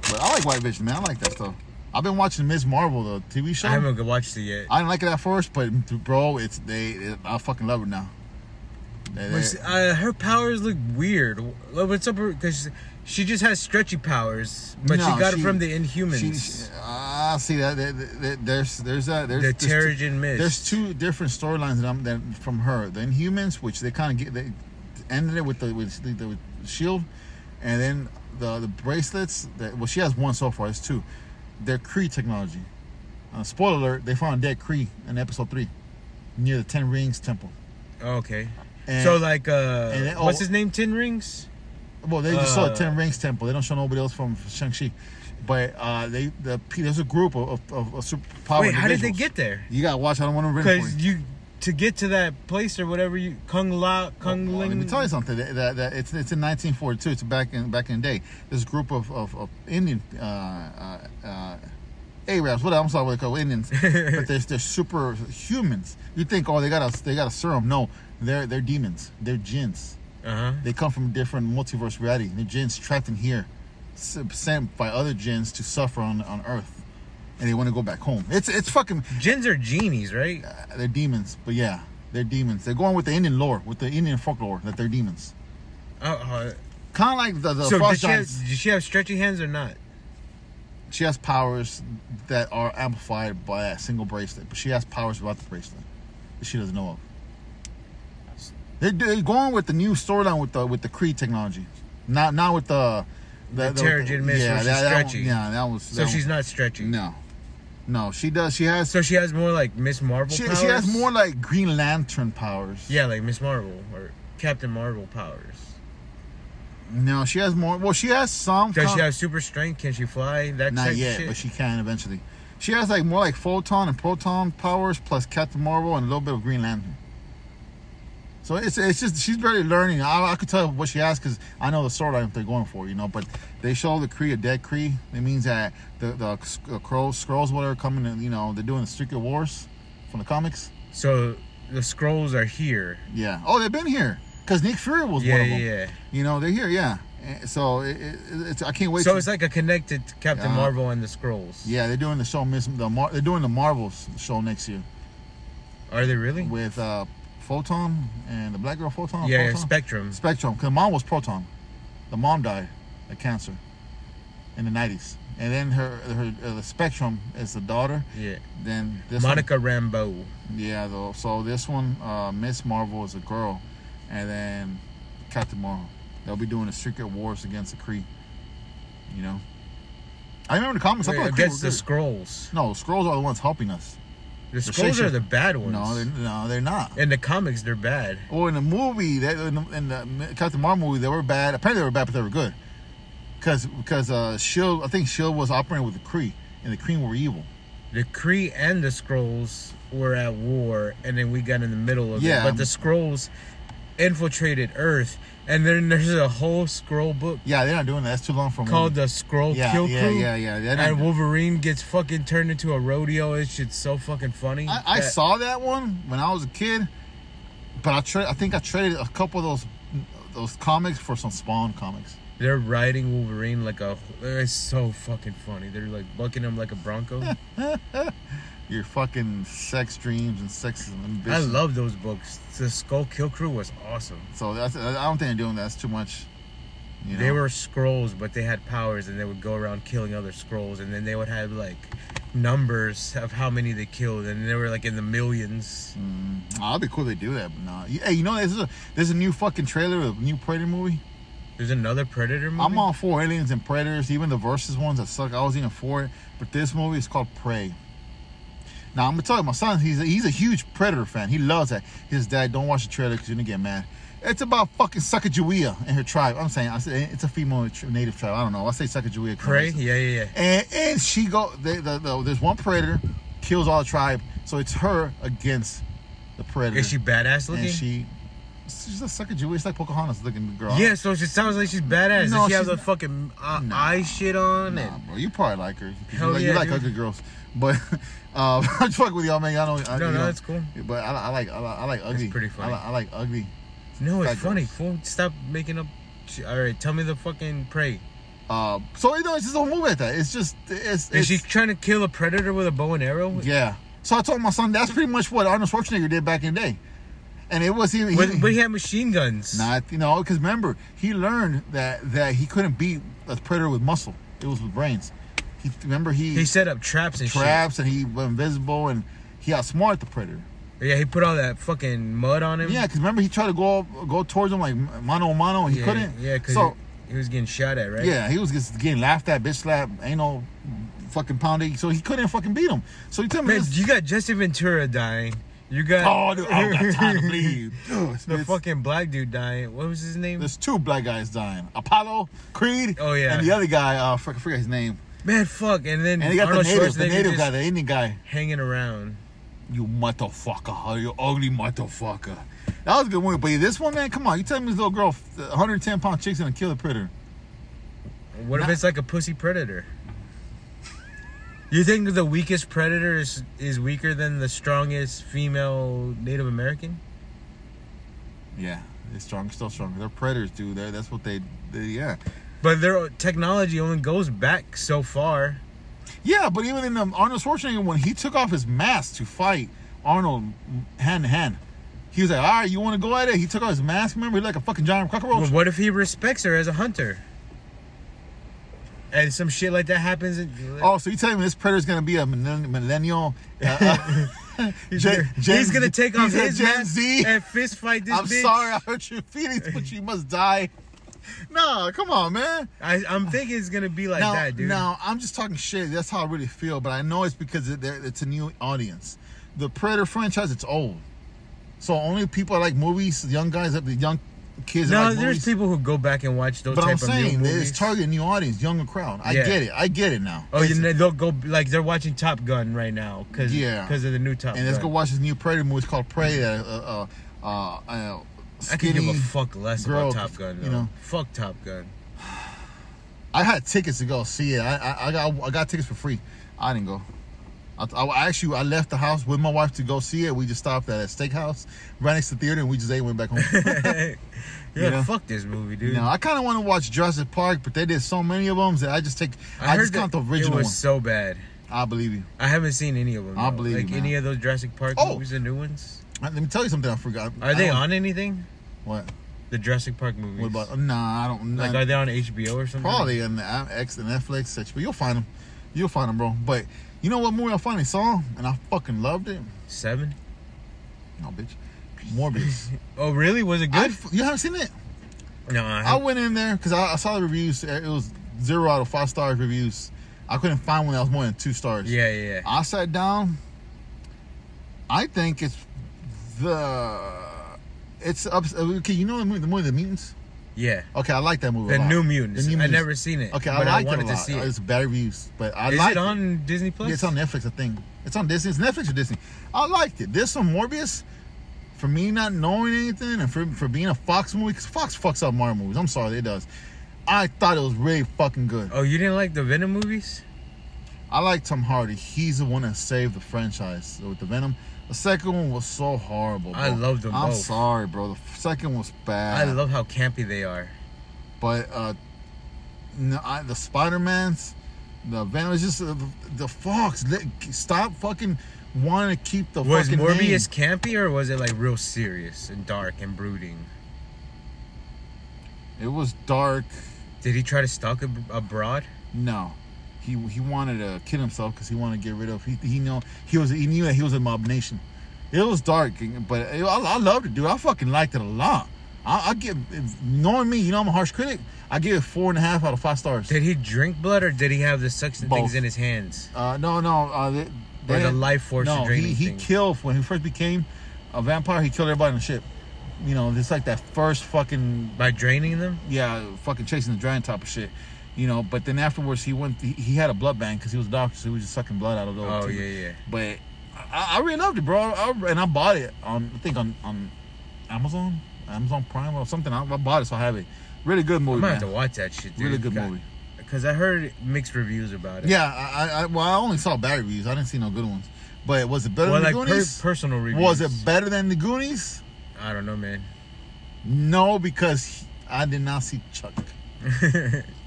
but I like White Vision, man. I like that stuff. I've been watching Ms. Marvel, the TV show. I haven't watched it yet. I didn't like it at first, but bro, it's they. It, I fucking love it now. They- But they- she- uh, her powers look weird. Like, What's up? Because she just has stretchy powers, but No, she got she- it from the she- Inhumans. she- ah, see that there- there- there's there's that there's The there's two- Terrigen Mist. There's two different storylines that I'm that from her. The Inhumans, which they kind of get they ended it with the with the, the shield, E and then the the bracelets. That well, she has one so far. It's two. They're Kree technology. Uh, spoiler alert: They found dead Kree in episode three, near the Ten Rings Temple. okay. And- so like, uh, and then- what's oh. his name? Tin Rings. Well, they just saw the Uh, Ten Rings Temple. They don't show nobody else from Shang Chi, but uh, they the there's a group of of, of, of super power. Wait, how did they Oh, individuals. get there? You gotta watch. I don't want to ruin it for Because you. you to get to that place or whatever you Kung La Kung Well, Ling. Oh, let me tell you something. That, that, that it's it's in 1942. It's back in back in the day. This group of of, of Indian uh, uh, uh, Arabs. What I'm sorry, what they [LAUGHS] call Indians, but they're they're super humans. You think oh they got a they got a serum? No, they're they're demons. They're jinns. Uh huh. They come from different multiverse reality. The jinns trapped in here, s- sent by other jinns to suffer on on Earth, and they want to go back home. It's it's fucking. Jins are genies, right? They're demons, but yeah, they're demons. They're going with the Indian lore, with the Indian folklore that they're demons. Uh, uh, Kind of like the, the so did Uh, frost she, have, giants. did she have stretchy hands or not? She has powers that are amplified by that single bracelet, but she has powers without the bracelet that she doesn't know of. They're, they're going with the new storyline with the with the Kree technology, not not with the The Terrigen Mist where she's that stretchy. One, yeah, that was. So that she's one- not stretchy. No, no, she does. She has. So she has more like Miss Marvel she, powers. she has more like Green Lantern powers. Yeah, like Miss Marvel or Captain Marvel powers. No, she has more. Well, she has some. Does com- she have super strength? Can she fly? That type Not of yet, shit? but she can eventually. She has like more like photon and proton powers, plus Captain Marvel and a little bit of Green Lantern. So it's it's just she's barely learning. I, I could tell what she has because I know the storyline they're going for, you know. But they show the Kree a dead Kree. It means that the the, S- the Crows, Scrolls, whatever, coming. And, you know, they're doing the Secret Wars from the comics. so the scrolls are here. Yeah. Oh, they've been here because Nick Fury was Yeah, one of them. yeah. You know, they're here. Yeah. And So it, it, it's I can't wait. So to- it's like a connected Captain Uh-huh. Marvel and the scrolls. yeah, they're doing the show. Miss the Mar- they're doing the Marvels show next year. Are they really? with uh, Photon and the black girl Photon. yeah, Photon? Spectrum. Spectrum. Because mom was Proton. The mom died of cancer in the 90s. And then her, her uh, the Spectrum is the daughter. Yeah. Then this Monica Rambeau. One, yeah, though. So this one, uh, Miss Marvel is a girl. And then Captain Marvel. They'll be doing the secret wars against the Kree. You know? I remember the comics. I Wait, thought the Kree against was the good. scrolls. no, Scrolls are the ones helping us. The scrolls are the bad ones. No, they're, no, they're not. In the comics, they're bad. Well, in the movie, that in the, in the Captain Marvel movie, they were bad. Apparently, they were bad, but they were good. Because because uh, Shield, I think Shield was operating with the Kree, and the Kree were evil. The Kree and the scrolls were at war, and then we got in the middle of Yeah. it. But the scrolls infiltrated Earth, and then there's a whole scroll book Yeah, they're not doing that. That's too long for a called movie. the Scroll yeah, Kill yeah, Crew. yeah, yeah, They're not- And Wolverine gets fucking turned into a rodeo. It's shit's so fucking funny. I, I That- saw that one when I was a kid, but I tra- I think I traded a couple of those those comics for some Spawn comics. they're riding Wolverine like a. It's so fucking funny. They're like bucking him like a [LAUGHS] bronco. Your fucking sex dreams and sexism. And I bitches. love those books. The Skull Kill Crew was awesome. So that's, I don't think they're doing that. That's too much. You know? They were scrolls, but they had powers, and they would go around killing other scrolls, and then they would have like numbers of how many they killed, and they were like in the millions. Oh, that'd be cool if they do that, but nah. Hey, you know there's a there's a new fucking trailer of a new Predator movie. There's another Predator movie. I'm all for aliens and predators, even the versus ones that suck. I was even for it, but this movie is called Prey. Now I'm gonna tell you, my son, he's a, he's a huge Predator fan. He loves that. His dad don't watch the trailer because you're gonna get mad. It's about fucking Sacagawea and her tribe. I'm saying, I said it's a female tr- native tribe. I don't know. I say Sacagawea. 'cause Prey. it's- Yeah, yeah, yeah. and and she go the, the, the, there's one predator kills all the tribe so it's her against the predator Is she badass looking? and she she's a sucker jewish like pocahontas looking girl Yeah, so she sounds like she's badass. No, and she has she's the not- fucking uh, Nah. eye shit on Nah, and bro you probably like her 'cause Hell you like, you yeah, like dude. ugly girls But [LAUGHS] uh, I fuck with y'all, man. Y'all know. I, No, you no, know, it's cool. But I, I like, I like, I like ugly. pretty funny. I like, I like ugly. No, it's Fat funny, girls. fool. Stop making up. sh- All right, tell me the fucking prey. Uh, so you know, it's just a whole movie like that. It's just, Is it's, it's she trying to kill a predator with a bow and arrow? yeah. So I told my son that's pretty much what Arnold Schwarzenegger did back in the day, and it was he. he- But, but he had machine guns. Not you know, because remember he learned that that he couldn't beat a predator with muscle. It was with brains. He remember he, He set up traps and traps and he went invisible and he outsmarted the predator. shit. Yeah, he put all that fucking mud on him. Yeah, because remember he tried to go up- go towards him like mano a mano and he yeah, couldn't. Yeah, because so he, he was getting shot at, right? yeah, he was just getting laughed at, bitch slap, ain't no fucking pounding. So he couldn't fucking beat him. So you tell me Man, this. you got Justin Ventura dying. You got Oh, dude, I don't [LAUGHS] got time to bleed. Ugh, the it's- fucking black dude dying. What was his name? There's two black guys dying. Apollo, Creed. Oh, yeah. And the other guy, uh, fuck, I forget his name. Man, fuck. And then And they got Arnold the native, the Schwarzenegger native just guy, the Indian guy. hanging around. You motherfucker, you ugly motherfucker. That was a good one, but this one, man, come on. You tell me this little girl, 110 pound chick's gonna kill the predator. What if it's like a pussy predator? You think the weakest predator is, is weaker than the strongest female Native American? Yeah, they're strong, still strong. They're predators, dude. They're, that's what they, they, yeah. But their technology only goes back so far. Yeah, but even in the Arnold Schwarzenegger when he took off his mask to fight Arnold hand to hand, he was like, all right, you want to go at it? He took off his mask, remember? He like a fucking giant cockroach. But what if he respects her as a hunter? And some shit like that happens. In, Oh, so you telling me this predator's gonna be a millen- [LAUGHS] millennial? Uh, uh, Gen- Gen he's gonna Z- take off he's a his Gen mask Z. and fist fight this I'm bitch. sorry, I hurt your feelings, but you [LAUGHS] must die. Nah, come on, man. I, I'm thinking it's gonna be like now, that, dude. now I'm just talking shit. That's how I really feel, but I know it's because it, they're- it's a new audience. The Predator franchise, it's old, so only people that like movies, young guys, the young kids. that No, like there's movies. people who go back and watch those But type I'm of new saying that movies. it's targeting a new audience, younger crowd. I Yeah. get it. I get it now. oh, you It's- know, they'll go like they're watching Top Gun right now because Yeah. of the new Top and Gun. let's go watch this new Predator movie. It's called Prey. Uh, uh, uh, uh, uh, I could give skinny- a fuck less girl, about Top Gun. you though. know. fuck Top Gun. [LAUGHS] I had tickets to go see it. I, I, I got I got tickets for free. I didn't go. I, I actually I left the house with my wife to go see it. We just stopped at a steakhouse, right next to the theater, and we just ate and went back [LAUGHS] home. yeah, know? fuck this movie, dude. you know, I kind of want to watch Jurassic Park, but they did so many of them that I just take. I, just count the that original It one. was so bad. I believe you. I haven't seen any of them. I though. believe you, like man. any of those Jurassic Park Oh. movies, the new ones. Uh, Let me tell you something. I forgot. Are I they don't- on anything? What? The Jurassic Park movies. What about? Nah, I don't. like nah. are they on HBO or something? Probably on the app- X and Netflix such, but you'll find them. You'll find them, bro. But you know what movie I finally saw and I fucking loved it? seven. No, bitch. Morbius. Oh really? Was it I good? f- you haven't seen it? no, I, I haven't. went in there because I, I saw the reviews. uh, It was zero out of five stars reviews. I couldn't find one that was more than two stars. yeah, yeah, yeah. I sat down. I think it's the. It's up. Okay, you know the movie, the movie The Mutants? yeah. Okay, I like that movie. a The lot. New Mutants. The New I never seen it. Okay, I but liked I it wanted a to lot. Uh, see it. It's bad reviews, but I Is liked it on Disney Plus? Yeah, it's on Netflix, I think. It's on Disney. It's Netflix or Disney. I liked it. This one, Morbius, for me not knowing anything and for, for being a Fox movie, because Fox fucks up Marvel movies. I'm sorry, it does. I thought it was really fucking good. Oh, you didn't like the Venom movies? I like Tom Hardy. He's the one that saved the franchise with the Venom. The second one was so horrible. Bro. I loved them I'm both. sorry, bro. The second was I bad. love how campy they are. But uh, no, I, the Spider Mans, the Venom, it's just uh, the, the Fox. Let, stop fucking wanting to keep the Was fucking name. Morbius campy or was it like real serious and dark and brooding? It was dark. Did he try to stalk ab- abroad? No, he he wanted to kill himself because he wanted to get rid of. He he know he was he knew that he was an abomination. It was dark, but it, I, I loved it, dude. I fucking liked it a lot. I, I give if- knowing me, you know I'm a harsh critic. I give it four and a half out of five stars. Did he drink blood or did he have the suction Both. things in his hands? Uh, no, no, uh, they, Or the life force No, draining he, he thing. killed when he first became a vampire. He killed everybody in the ship. You know, it's like that first fucking By draining them? yeah, fucking chasing the dragon type of shit. You know, but then afterwards he went. He, he had a blood bank because he was a doctor, so he was just sucking blood out of those. Oh, too. yeah, yeah. But I, I really loved it, bro. I, I- and I bought it on I think on on Amazon, Amazon Prime or something. I, I bought it, so I have it. Really good movie, I'm gonna man. have to watch that shit, dude. really good God. movie. Because I heard mixed reviews about it. Yeah, I, I- I well, I only saw bad reviews. I didn't see no good ones. But was it better Well, than like the per- Goonies? personal reviews. was it better than the Goonies? I don't know, man. No, because he- I did not see [LAUGHS] Chuck.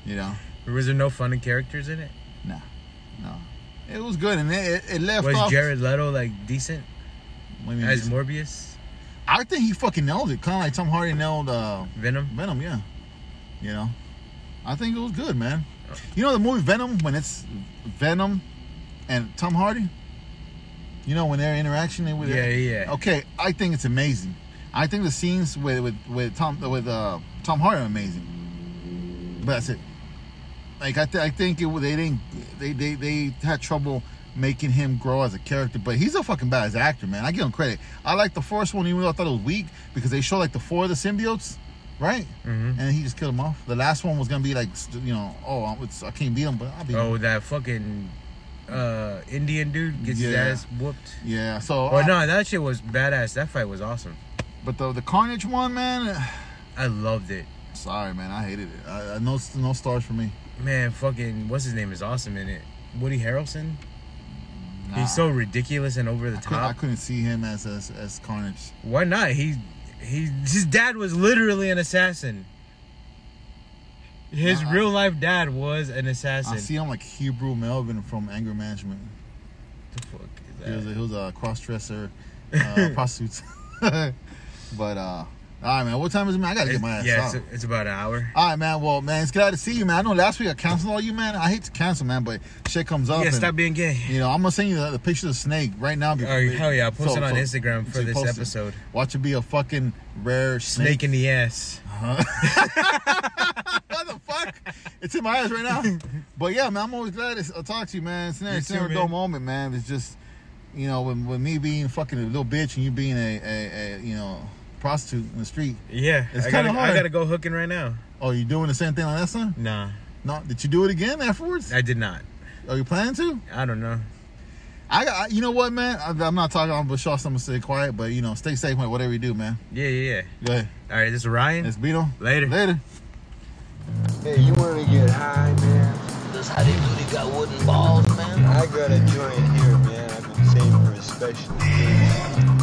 You know, was there no funny characters in it? nah, no. It was good, and it, it, it left Was off. Jared Leto like decent What do you mean? as Morbius? I think he fucking nailed it, kind of like Tom Hardy nailed uh, Venom. Venom. Yeah, you know, I think it was good, man. Uh. You know the movie Venom when it's Venom and Tom Hardy. You know when they're interacting with Yeah, yeah. Okay, I think it's amazing. I think the scenes with with, with Tom with uh, Tom Hardy are amazing. But that's it. Like I, th- I think it wa- they didn't they, they they had trouble making him grow as a character, but he's a fucking badass actor, man. I give him credit. I like the first one, even though I thought it was weak because they show like the four of the symbiotes, right? Mm-hmm. And he just killed them off. The last one was gonna be like, st- you know, oh, it's, I can't beat him, but I'll beat him. Oh, that fucking uh, Indian dude gets his Yeah. ass whooped. Yeah. So, Oh I- no, that shit was badass. That fight was awesome. but the the Carnage one, man. [SIGHS] I loved it. Sorry, man. I hated it. I, I, no, no stars for me. Man, fucking what's his name is awesome in it. Woody Harrelson. Nah. He's so ridiculous and over the I couldn't, I top. couldn't see him as as, as Carnage. Why not? He, he, his dad was literally an assassin. His Nah, I- real life dad was an I assassin. see him like Hebrew Melvin from Anger Management. What the fuck is He was a, that? he was a cross [LAUGHS] dresser, uh, prostitute. [LAUGHS] but uh, all right, man. What time is it, man? I gotta get my ass yeah, out. it's, it's about an hour. all right, man. Well, man, it's glad to see you, man. I know last week I canceled all you, man. I hate to cancel, man, but shit comes up. Yeah, and, stop being gay. You know, I'm gonna send you the, the picture of the snake right now. Oh, hell yeah, I'll post it on Instagram for you this post it. episode. Watch it be a fucking rare snake. Snake in the ass. what the fuck? It's in my eyes [LAUGHS] right now. But yeah, man, I'm always glad to I talk to you, man. It's never, You it's too, never a man. dull moment, man. It's just, you know, when, when me being fucking a little bitch and you being a, a, a you know, prostitute in the street. Yeah, It's I gotta- kinda hard. I gotta go hooking right now. Oh, you doing the same thing like that, son? Nah, No, did you do it again afterwards? I did not. Are you planning to? I don't know. I, I you know what, man? I, I'm not talking. I'm gonna show someone to stay quiet, but you know, stay safe, man. Whatever you do, man. Yeah, yeah, yeah. Go ahead. All right, this is Ryan. It's Beto. Later. Later. Hey, you wanna get high, man? That's how they do. They got wooden balls, man. I got a joint here, man. I've been saving for a special occasion.